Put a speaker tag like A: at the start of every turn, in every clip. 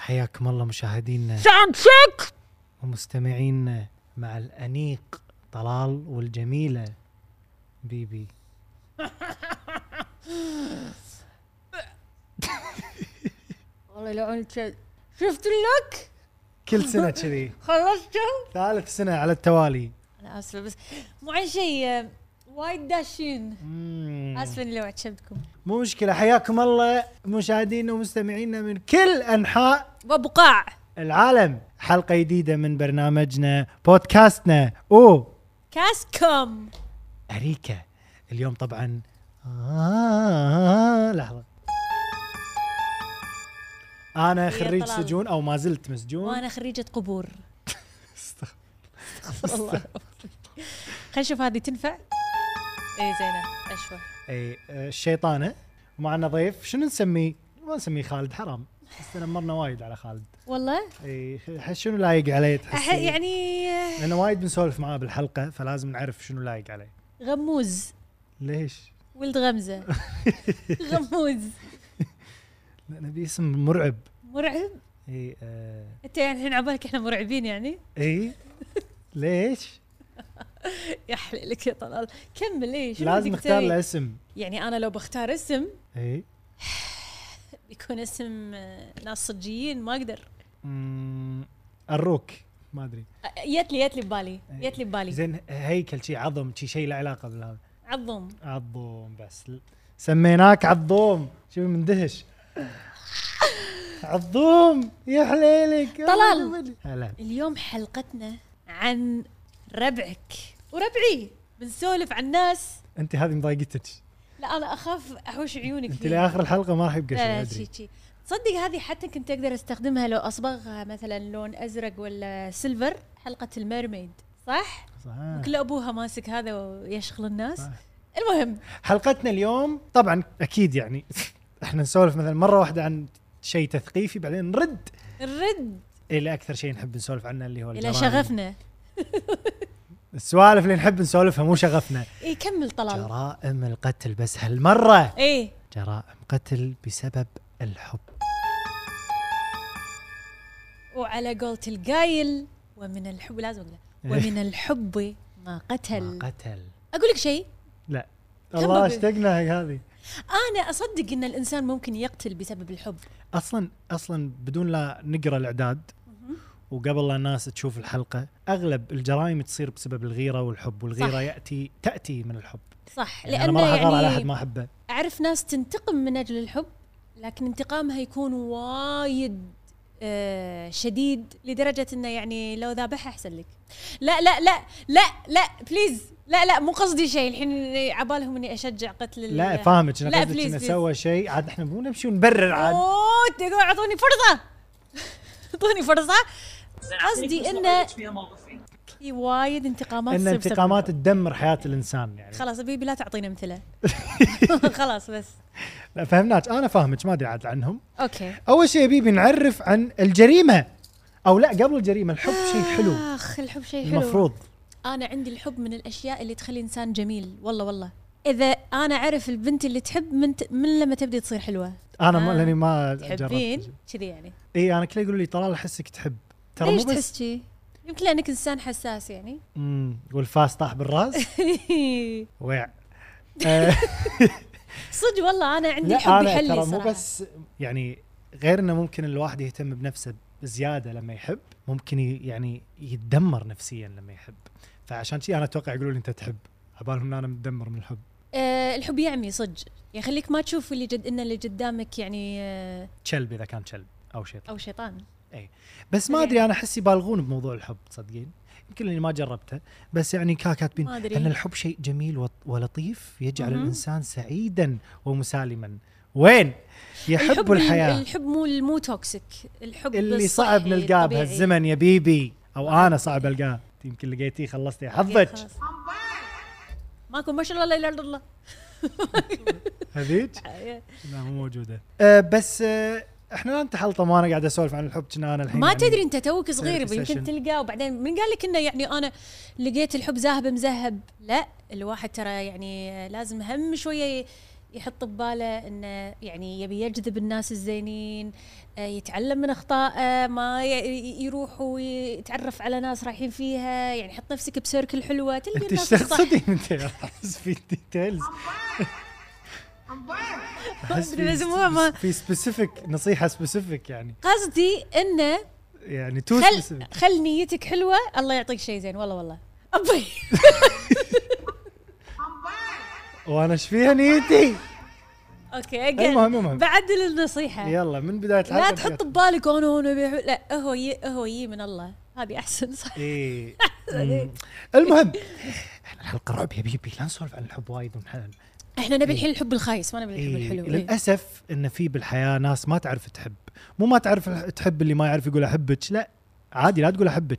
A: حياكم الله مشاهدينا
B: ساوند تشيك
A: ومستمعينا مع الأنيق طلال والجميلة بيبي
B: والله لعون شيء شفت اللوك
A: كل سنة كذي
B: خلصته
A: ثالث سنة على التوالي
B: انا اسفه بس مو عن شيء آه، وايد داشين
A: Hmm.
B: اسفه اني لو عتشبتكم
A: مو مشكلة حياكم الله مشاهدينا ومستمعينا من كل أنحاء
B: بابو قاع
A: العالم حلقة جديدة من برنامجنا بودكاستنا أو
B: كاسكم
A: أريكا اليوم طبعا آه لحظة أنا خريج
B: طلال.
A: سجون أو ما زلت مسجون
B: وانا خريجه قبور والله خلينا نشوف هذه تنفع اي زينه اشوى
A: أي آه، الشيطانة ومعنا ضيف شنو نسميه؟ ما نسميه خالد حرام بس مرنا وايد على خالد
B: والله
A: اي ح- شنو لايق عليه
B: أح-
A: تحس
B: يعني آه،
A: لأنه وايد بنسولف معاه بالحلقة فلازم نعرف شنو لايق عليه
B: غموز
A: ليش؟
B: ولد غمزه غموز
A: نبي اسم مرعب
B: مرعب
A: اي آه
B: انت يعني الحين عبالك احنا مرعبين يعني
A: اي ليش؟
B: يا حليلك يا طلال كمل إيه، ايش
A: لازم نختار إيه؟ له اسم
B: يعني انا لو بختار اسم
A: اي
B: بيكون اسم آه، ناس صجيين ما اقدر
A: أمم، الروك ما ادري
B: آه، جت لي جت لي ببالي جت لي ببالي
A: إيه. زين هيكل شي عظم شي شي له علاقه بالهذا
B: عظم
A: عظوم بس ل- سميناك عظوم شوف مندهش عظوم يا حليلك
B: طلال.
A: هلا
B: اليوم حلقتنا عن ربعك وربعي بنسولف عن ناس
A: انت هذه مضايقتك
B: لا انا اخاف احوش عيونك
A: انت
B: فيه.
A: لاخر الحلقه ما راح يبقى شيء
B: لا لا شي
A: ادري
B: شي تصدق هذه حتى كنت اقدر استخدمها لو اصبغها مثلا لون ازرق ولا سيلفر حلقه الميرميد صح؟
A: صح، ها.
B: كل ابوها ماسك هذا ويشغل الناس
A: صح.
B: المهم
A: حلقتنا اليوم طبعا اكيد يعني احنا نسولف مثلا مره واحده عن شيء تثقيفي بعدين نرد
B: نرد
A: الى اكثر شيء نحب نسولف عنه اللي هو
B: الى
A: الجرائم.
B: شغفنا
A: السوالف اللي نحب نسولفها مو شغفنا
B: اي إيه، كمل طلال إيه،
A: جرائم القتل بس هالمرة
B: اي
A: جرائم قتل بسبب الحب
B: وعلى قولة القايل ومن الحب لازم اقولها ومن الحب ما قتل
A: إيه. ما قتل
B: اقول لك شيء
A: لا
B: كم
A: الله
B: بقي؟
A: اشتقنا هي هذه
B: انا اصدق ان الانسان ممكن يقتل بسبب الحب
A: اصلا اصلا بدون لا نقرا الاعداد وقبل لا الناس تشوف الحلقه اغلب الجرائم تصير بسبب الغيره والحب والغيره
B: صح.
A: ياتي تاتي من الحب
B: صح
A: يعني انا
B: لانه
A: ما راح اغار على احد
B: يعني
A: ما احبه
B: اعرف ناس تنتقم من اجل الحب لكن انتقامها يكون وايد آه شديد لدرجه انه يعني لو ذابحها احسن لك لا لا لا لا لا بليز لا لا مو قصدي شيء الحين عبالهم اني اشجع قتل ال-
A: لا فاهمك
B: لا،
A: انا قصدك
B: please،
A: انه
B: please.
A: سوى شيء عاد احنا مو نمشي ونبرر عاد
B: اوه تقول اعطوني فرصه اعطوني فرصه قصدي انه في وايد انتقامات
A: ان
B: تصير بسبب
A: انتقامات
B: الحب.
A: تدمر حياه الانسان يعني
B: خلاص بيبي لا تعطينا امثله خلاص بس
A: لا فهمناك انا فاهمك ما ادري عاد عنهم
B: اوكي
A: اول شيء بيبي نعرف عن الجريمه او لا قبل الجريمه الحب شيء حلو
B: اخ الحب شيء حلو
A: المفروض
B: انا عندي الحب من الاشياء اللي تخلي انسان جميل والله والله اذا انا اعرف البنت اللي تحب من ت... من لما تبدي تصير حلوه
A: انا ما
B: آه.
A: لاني ما جربت
B: تحبين كذي يعني
A: اي انا كل يقولوا لي طلال احسك تحب ترى
B: ليش
A: مو بس
B: تحس كذي يمكن لانك انسان حساس يعني
A: امم والفاس طاح بالراس ويع آه،
B: صدق والله انا عندي
A: لا
B: الحب
A: انا
B: يحلي
A: ترى مو
B: صراحه
A: بس يعني غير انه ممكن الواحد يهتم بنفسه زياده لما يحب ممكن ي- يعني يتدمر نفسيا لما يحب فعشان كذي انا اتوقع يقولوا لي انت تحب عبالهم إن انا متدمر من الحب
B: آه الحب يعمي صدق يخليك ما تشوف اللي جد ان اللي قدامك يعني آه
A: كلب اذا كان كلب او شيء
B: او شيطان
A: بس ما
B: يعني-
A: ادري انا احس يبالغون بموضوع الحب تصدقين يمكن اني ما جربته بس يعني كا كاتبين
B: ما أدري.
A: ان الحب شيء جميل وط- ولطيف يجعل
B: مهم.
A: الانسان سعيدا ومسالما وين يحب
B: ال-
A: الحياه
B: الحب مو مو توكسيك الحب
A: اللي
B: الصحي
A: صعب نلقاه
B: الطبيعي.
A: بهالزمن يا بيبي او انا صعب القاه يمكن لقيتيه خلصتي حظك
B: خلاص. ماكو ما شاء الله لا اله الا الله
A: هذيك
B: أيوه.
A: لا مو موجوده أه بس أه احنا لا نتحلطم وانا قاعد اسولف عن الحب كنا انا الحين
B: ما
A: يعني
B: تدري انت توك صغير
A: therapy
B: يمكن
A: session.
B: تلقاه وبعدين من قال لك انه يعني انا لقيت الحب ذاهب مذهب لا الواحد ترى يعني لازم هم شويه يحط بباله انه يعني يبي يجذب الناس الزينين آه، يتعلم من اخطائه ما ي- يروح ويتعرف على ناس رايحين فيها يعني حط نفسك بسيركل حلوه تلقى
A: انت ايش
B: إيه الناس الصح
A: تقصدين انت احس في ديتيلز احس في
B: لازم هو ما-
A: في سبيسيفيك نصيحه سبيسيفيك يعني
B: قصدي انه
A: يعني تو
B: خل
A: سبيسيفيك
B: خل نيتك حلوه الله يعطيك شيء زين والله والله ابي
A: وانا ايش فيها نيتي
B: اوكي again.
A: المهم المهم
B: بعدل النصيحه
A: يلا من بدايه
B: لا
A: الحلقة
B: تحط ببالك انا هنا بيحو... لا هو يي هو يي من الله هذه احسن صح
A: ايه مم. المهم احنا الحلقه رعب يا بيبي لا نسولف عن الحب وايد ونحن
B: احنا نبي الحين الحب الخايس ما نبي الحب
A: إيه،
B: الحلو إيه.
A: للاسف ان في بالحياه ناس ما تعرف تحب مو ما تعرف الح- تحب اللي ما يعرف يقول احبك لا عادي لا تقول احبك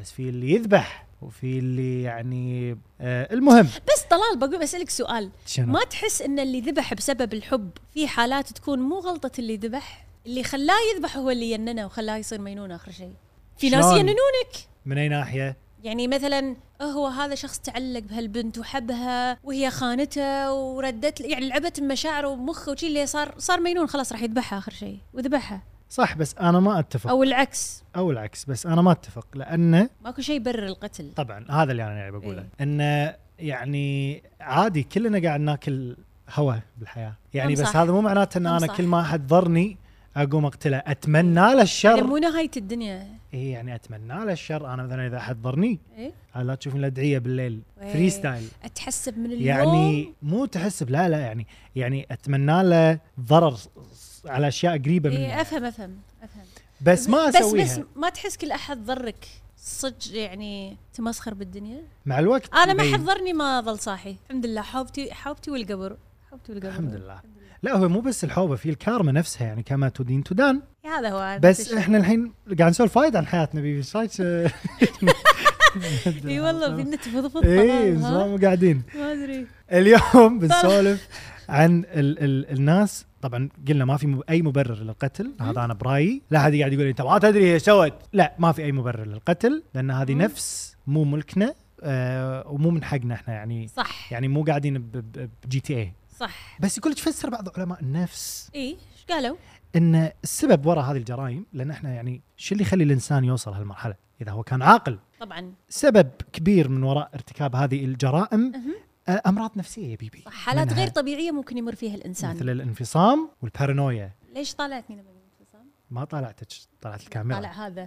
A: بس في اللي يذبح وفي اللي يعني آه المهم
B: بس طلال بقول بسالك سؤال
A: شنو
B: ما تحس ان اللي ذبح بسبب الحب في حالات تكون مو غلطه اللي ذبح اللي خلاه يذبح هو اللي يننه وخلاه يصير مجنون اخر شيء في ناس
A: شلون؟
B: يننونك
A: من اي ناحيه
B: يعني مثلا هو هذا شخص تعلق بهالبنت وحبها وهي خانته وردت يعني لعبت بمشاعره ومخه وشي اللي صار صار مجنون خلاص راح يذبحها اخر شيء وذبحها
A: صح بس انا ما اتفق
B: او العكس
A: او العكس بس انا ما اتفق لانه
B: ماكو شيء يبرر القتل
A: طبعا هذا اللي انا يعني بقوله
B: إيه.
A: انه يعني عادي كلنا قاعد ناكل هوا بالحياه يعني
B: نعم
A: بس
B: صح.
A: هذا مو معناته ان
B: نعم
A: انا
B: صح.
A: كل ما احد ضرني اقوم اقتله اتمنى له
B: يعني
A: الشر
B: مو نهايه الدنيا
A: إيه يعني اتمنى له الشر انا مثلا اذا احد ضرني
B: إيه؟
A: لا تشوفني لا ادعيه بالليل
B: وي.
A: فري ستايل
B: اتحسب من اليوم إيه،
A: يعني مو تحسب لا لا يعني يعني اتمنى له ضرر على اشياء قريبه
B: إيه
A: مني
B: افهم افهم افهم
A: بس ما اسويها
B: بس بس ما تحس كل احد ضرك صدق يعني تمسخر بالدنيا
A: مع الوقت
B: انا ما
A: يبين.
B: حد ضرني ما ظل صاحي الحمد لله حوبتي حوبتي والقبر حوبتي والقبر
A: الحمد لله لا هو مو بس الحوبه في الكارما نفسها يعني كما تدين تدان
B: هذا هو هذا
A: بس
B: الشيء.
A: احنا الحين قاعد نسولف وايد عن حياتنا بيبي ايش رايك؟
B: اي والله بدنا تفضفض
A: اي
B: طبعاً، ها؟
A: مو قاعدين
B: ما ادري
A: اليوم بنسولف عن ال ال الناس طبعا قلنا ما في م- اي مبرر للقتل هذا انا برايي لا احد قاعد يقول لي انت ما تدري ايش سوت لا ما في اي مبرر للقتل لان هذه
B: مم.
A: نفس مو ملكنا آه ومو من حقنا احنا يعني
B: صح
A: يعني مو قاعدين ب- ب- بجي تي اي
B: صح
A: بس يقول لك فسر بعض علماء النفس
B: اي ايش قالوا؟
A: ان السبب وراء هذه الجرائم لان احنا يعني شو اللي يخلي الانسان يوصل هالمرحله اذا هو كان عاقل
B: طبعا
A: سبب كبير من وراء ارتكاب هذه الجرائم
B: مهم.
A: آه، امراض نفسيه يا بيبي
B: صح حالات
A: منها
B: غير طبيعيه ممكن يمر فيها
A: مثل
B: الانسان
A: الانفصام والبارانويا
B: ليش طالعتني لما الانفصام؟
A: ما طلعتك طلعت الكاميرا
B: طالع هذا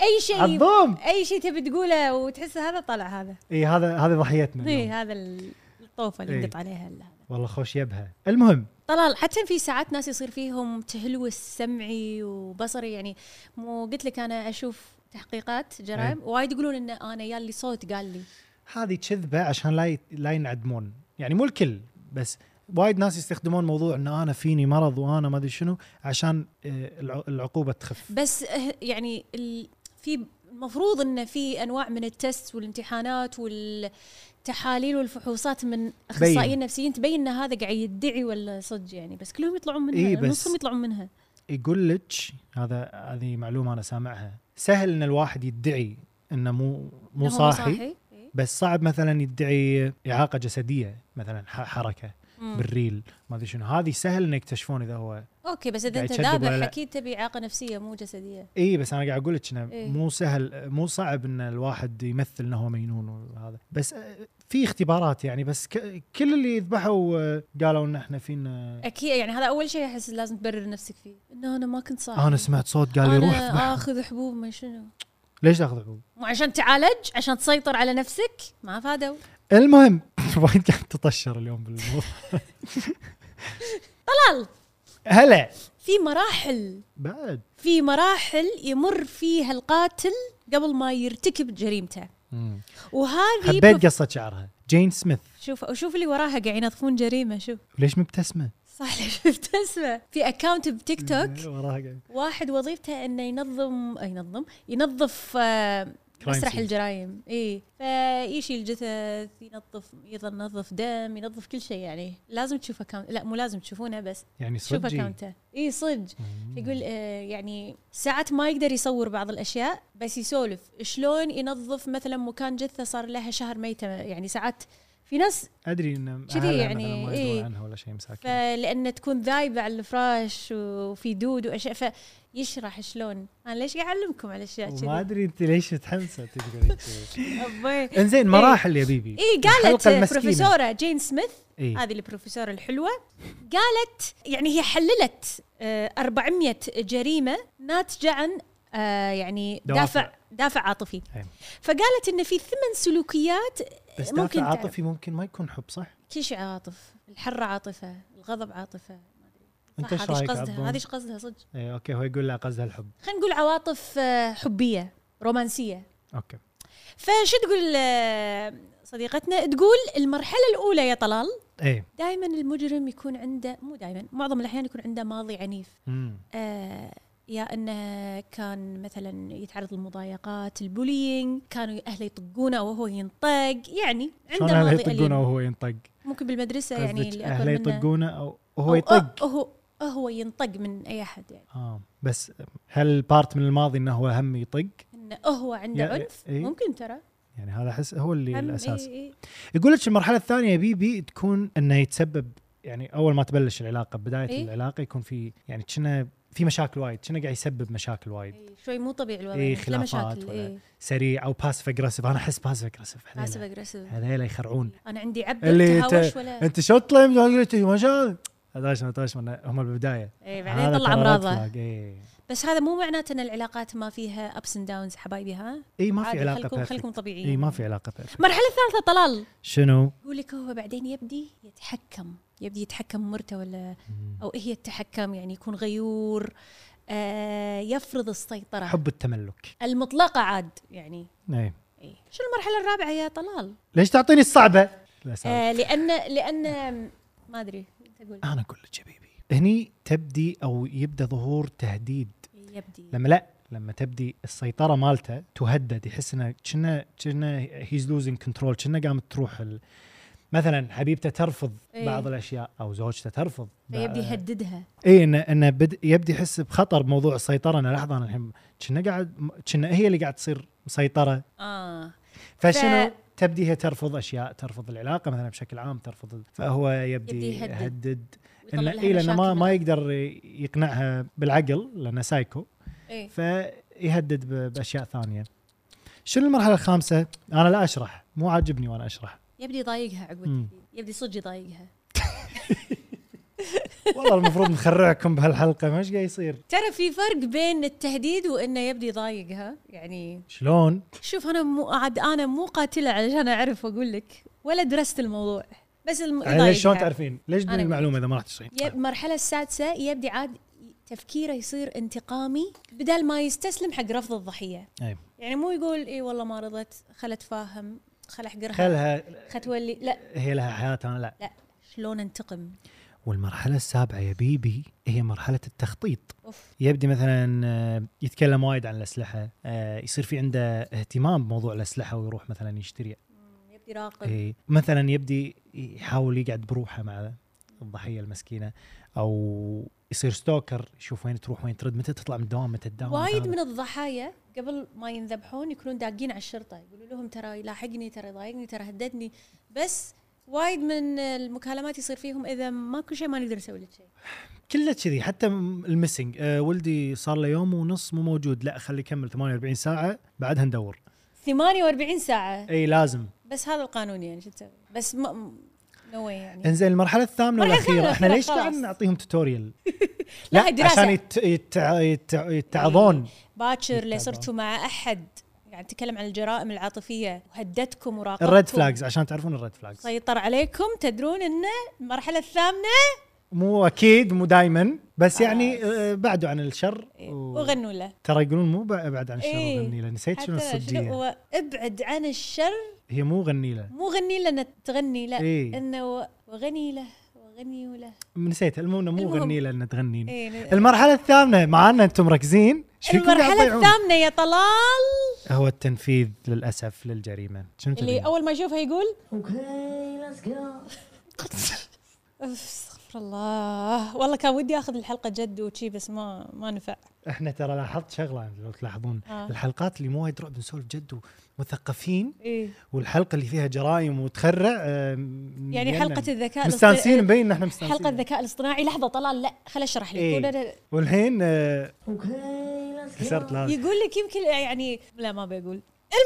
B: اي شيء
A: عظام
B: اي شيء تبي تقوله وتحس هذا طلع هذا
A: اي هذا هذه ضحيتنا
B: اي
A: اليوم.
B: هذا ال- الطوفه اللي
A: نعم. إيه.
B: نقط عليها ال- هذا.
A: والله خوش يبها المهم
B: طلال حتى في ساعات ناس يصير فيهم تهلوس سمعي وبصري يعني مو قلت لك انا اشوف تحقيقات جرائم
A: إيه.
B: وايد يقولون ان انا يالي صوت قال لي
A: هذه كذبه عشان لا ي- لا ينعدمون يعني مو الكل بس وايد ناس يستخدمون موضوع ان انا فيني مرض وانا ما ادري شنو عشان آه، الع- العقوبه تخف
B: بس أه- يعني ال- في المفروض ان في انواع من التست والامتحانات والتحاليل والفحوصات من اخصائيين نفسيين تبين ان هذا قاعد يدعي ولا صدق يعني بس كلهم يطلعون منها
A: إيه،
B: إيه
A: بس-
B: نصهم يطلعون منها
A: يقول لك هذا هذه معلومه انا سامعها سهل ان الواحد يدعي انه مو مو
B: إنه هو
A: صاحي
B: إيه.
A: بس صعب مثلا يدعي اعاقه جسديه مثلا ح- حركه
B: مم.
A: بالريل ما ادري شنو هذه سهل انه يكتشفون اذا هو
B: اوكي بس اذا
A: قاعد
B: انت
A: يكذب ولا لا؟
B: ذابح اكيد تبي اعاقه نفسيه مو جسديه
A: اي بس انا قاعد اقول لك انه
B: إيه.
A: مو سهل مو صعب ان الواحد يمثل انه هو مجنون وهذا بس آه، في اختبارات يعني بس ك- كل اللي يذبحوا آه، قالوا ان احنا فينا
B: اكيد يعني هذا اول شيء احس لازم تبرر نفسك فيه انه انا ما كنت صاحي
A: انا سمعت صوت قال لي روح
B: انا
A: اذبحهم.
B: اخذ حبوب ما شنو
A: ليش تاخذ حبوب؟
B: مو عشان تعالج عشان تسيطر على نفسك ما فادوا
A: المهم وايد قاعد تطشر اليوم بالموضوع
B: طلال
A: هلا
B: في مراحل
A: بعد
B: في مراحل يمر فيها القاتل قبل ما يرتكب جريمته وهذه
A: حبيت
B: بف-
A: قصه شعرها جين سميث
B: شوف شوف اللي وراها قاعد ينظفون جريمه شوف
A: ليش مبتسمه
B: صح ليش شفت اسمه في اكونت بتيك توك
A: وراها قاعد.
B: واحد وظيفته انه ينظم آه، ينظم ينظف آه،
A: Crime
B: مسرح
A: scene.
B: الجرائم اي فيشيل الجثث ينظف ينظف دم ينظف كل شيء يعني لازم تشوف اكونت لا مو لازم تشوفونه بس
A: يعني
B: شوف
A: صدق
B: اكونته اي صدق يقول آه، يعني ساعات ما يقدر يصور بعض الاشياء بس يسولف شلون ينظف مثلا مكان جثه صار لها شهر ميته يعني ساعات في ناس
A: ادري ان
B: كذي
A: أهلها
B: يعني
A: مثلا ما
B: إيه.
A: يدرون عنها ولا شيء مساكين
B: فلان تكون ذايبه على الفراش وفي دود واشياء فيشرح شلون انا ليش قاعد اعلمكم على اشياء
A: وما
B: كذي
A: ادري انت ليش متحمسه تقولين كذي.
B: أبوي.
A: انزين مراحل يا بيبي
B: اي قالت
A: الحلقة المسكينة.
B: بروفيسوره جين سميث
A: إيه.
B: هذه البروفيسوره الحلوه قالت يعني هي حللت آه، 400 جريمه ناتجه عن آه، يعني
A: دوافع. إيه.
B: دافع دافع عاطفي
A: أي.
B: فقالت ان في ثمان سلوكيات
A: بس
B: ممكن
A: دافع
B: تعرف.
A: عاطفي ممكن ما يكون حب صح؟
B: كل شيء عاطف الحره عاطفه الغضب عاطفه
A: انت ايش
B: صح، هذه ايش
A: رايك
B: قصدها
A: عبون؟
B: هذه ايش قصدها صدق
A: إيه، اوكي هو يقول لا قصدها الحب
B: خلينا نقول عواطف آه، حبيه رومانسيه
A: اوكي
B: فشو تقول آه، صديقتنا تقول المرحله الاولى يا طلال
A: ايه
B: دائما المجرم يكون عنده مو دائما معظم الاحيان يكون عنده ماضي عنيف
A: مم.
B: آه يا انه كان مثلا يتعرض للمضايقات البولينج كانوا اهله يطقونه وهو ينطق يعني
A: شلون
B: عنده
A: اهله
B: ماضي
A: يطقونه
B: أليم.
A: وهو ينطق؟
B: ممكن بالمدرسه يعني
A: قصدك
B: اللي
A: اهله
B: اكبر منه
A: يطقونه او
B: أو-
A: هو يطق
B: أو- هو هو ينطق من اي احد يعني
A: اه بس هل بارت من الماضي انه هو هم يطق؟
B: انه هو عنده
A: يا-
B: عنف
A: إيه.
B: ممكن ترى
A: يعني هذا احس هو اللي
B: هم
A: الاساس
B: إيه إيه.
A: يقول لك المرحله الثانيه يا بيبي تكون انه يتسبب يعني اول ما تبلش العلاقه بدايه
B: إيه؟
A: إيه؟ العلاقه يكون في يعني كنا في مشاكل وايد كنا قاعد يسبب مشاكل وايد
B: إيه. شوي مو طبيعي الوضع
A: إيه،
B: يعني. لا
A: خلافات
B: مشاكل
A: ولا-
B: إيه.
A: سريع او باسف اجريسيف انا احس باسف اجريسيف
B: باسف اجريسيف
A: هذيلا يخرعون
B: انا عندي عبد
A: اللي
B: تهاوش
A: ت-
B: ولا
A: انت شو تلم "إيه، ما شاء هذاش هذاش هم بالبدايه
B: إيه
A: هذا
B: بعدين
A: ترى
B: طلع
A: red
B: امراضه
A: flag، إيه.
B: بس هذا مو معناته ان العلاقات ما فيها ابس اند داونز حبايبي ها
A: اي إيه، ما في
B: عادي،
A: علاقه
B: خلكم
A: perfect.
B: خلكم طبيعيين
A: اي ما في علاقه perfect.
B: المرحله الثالثه طلال
A: شنو؟
B: يقول لك هو بعدين يبدي يتحكم يبدي يتحكم مرته ولا او هي تتحكم يعني يكون غيور آه يفرض السيطره
A: حب التملك
B: المطلقه عاد يعني
A: اي
B: إيه. شو المرحله الرابعه يا طلال
A: ليش تعطيني الصعبه؟ لا سالفة.
B: آه لان لان ما ادري أنت قول
A: انا اقول لك يا بيبي هني تبدي او يبدا ظهور تهديد
B: يبدي
A: لما لا لما تبدي السيطره مالته تهدد يحس انه كنا كنا هيز لوزينج كنترول كنا قامت تروح ال... مثلا حبيبته ترفض
B: إيه.
A: بعض الاشياء او زوجته ترفض
B: فيبدي يهددها
A: اي انه انه بد... يبدي يحس بخطر بموضوع السيطره انه لحظه انا الحين كنا قاعد كنا هي اللي قاعد تصير مسيطره
B: اه
A: فشنو
B: ف-
A: تبدي هي ترفض اشياء ترفض العلاقه مثلا بشكل عام ترفض ال- فهو
B: يبدي
A: يبدي
B: يهدد.
A: يهدد
B: ويطلع
A: انه
B: لها
A: اي لانه إيه، ما
B: مشاكل
A: ما يقدر يقنعها بالعقل لانه سايكو
B: إيه.
A: فيهدد ب- باشياء ثانيه. شنو المرحله الخامسه؟ انا لا اشرح مو عاجبني وانا اشرح
B: يبدي يضايقها عقب
A: مم.
B: التهديد. يبدي صدق يضايقها
A: والله المفروض نخرعكم بهالحلقه ما ايش قاعد يصير؟
B: ترى في فرق بين التهديد وانه يبدي يضايقها يعني
A: شلون؟
B: شوف انا مو عاد انا مو قاتله علشان اعرف واقول لك ولا درست الموضوع بس الم...
A: يعني ليش شلون
B: يضايقها.
A: تعرفين؟ ليش
B: إيه، طيب، أنا
A: تدري المعلومه اذا ما راح تشرحين؟
B: يب- المرحله السادسه يبدي عاد تفكيره يصير انتقامي بدل ما يستسلم حق رفض الضحيه
A: أي.
B: يعني مو يقول اي والله ما رضت خل اتفاهم خل احقرها
A: خلها
B: ختولي لا
A: هي لها حياتها انا لا.
B: لا شلون انتقم
A: والمرحله السابعه يا بيبي هي مرحله التخطيط.
B: اوف
A: يبدي مثلا آه، يتكلم وايد عن الاسلحه آه، يصير في عنده اهتمام بموضوع الاسلحه ويروح مثلا يشتري
B: يبدي راقب
A: إيه. مثلا يبدي يحاول يقعد بروحه مع الضحيه المسكينه او يصير ستوكر يشوف وين تروح وين ترد متى تطلع من الدوام متى تداوم
B: وايد
A: متى هذا.
B: من الضحايا قبل ما ينذبحون يكونون داقين على الشرطه يقولوا لهم ترى يلاحقني ترى ضايقني ترى هددني بس وايد من المكالمات يصير فيهم اذا ماكو شيء ما نقدر نسوي لك شيء
A: كله كذي حتى م- المسنج أه ولدي صار له يوم ونص مو موجود لا خليه يكمل 48 ساعه بعدها ندور
B: 48 ساعه
A: اي لازم
B: بس هذا القانون يعني شو تسوي بس ما نو يعني
A: انزين المرحله الثامنه
B: المرحلة
A: والاخيره احنا
B: الأخيرة
A: ليش قاعد
B: خلاص.
A: نعطيهم توتوريال
B: لا، دراسة.
A: عشان يت... يت... يت... يتعظون
B: باكر لي
A: يتابع.
B: صرتوا مع احد يعني تكلم عن الجرائم العاطفيه وهددكم وراقبكم
A: الريد فلاجز عشان تعرفون الريد فلاجز
B: سيطر عليكم تدرون انه المرحله الثامنه
A: مو اكيد مو دائما بس يعني آه، بعدوا عن الشر و-
B: وغنوا له
A: ترى يقولون مو بع- ابعد عن الشر
B: إيه.
A: وغني له نسيت شنو
B: حتى شنو
A: الصجيه
B: هو ابعد عن الشر
A: هي مو غني له
B: مو غني له انك تغني لا
A: إيه.
B: انه و- وغني له وغني غني ولا
A: نسيت المهم انه مو
B: المهم.
A: غني لان تغنين
B: إيه ن-
A: المرحله الثامنه معانا انتم مركزين ايش فيكم قاعد
B: المرحله
A: تضيعون؟
B: الثامنه يا طلال
A: هو التنفيذ للاسف للجريمه شنو
B: اللي
A: تبين؟
B: اول ما يشوفها يقول
C: Okay, let's go.
B: "أف، استغفر الله والله كان ودي اخذ الحلقه جد وشي بس ما ما نفع
A: احنا ترى لاحظت شغله لو تلاحظون
B: آه.
A: الحلقات اللي مو وايد رعب نسولف جد ومثقفين
B: إيه.
A: والحلقه اللي فيها جرائم وتخرع آه،
B: يعني حلقه الذكاء
A: مستانسين
B: الاصطناعي-
A: مبين ان احنا مستانسين
B: حلقه الذكاء الاصطناعي لحظه طلال لا خل اشرح لك
A: إيه.
B: يقول أنا-
A: والحين آه،
C: Okay, let's go.
A: كسرت لازم
B: يقول لك يمكن يعني لا ما بقول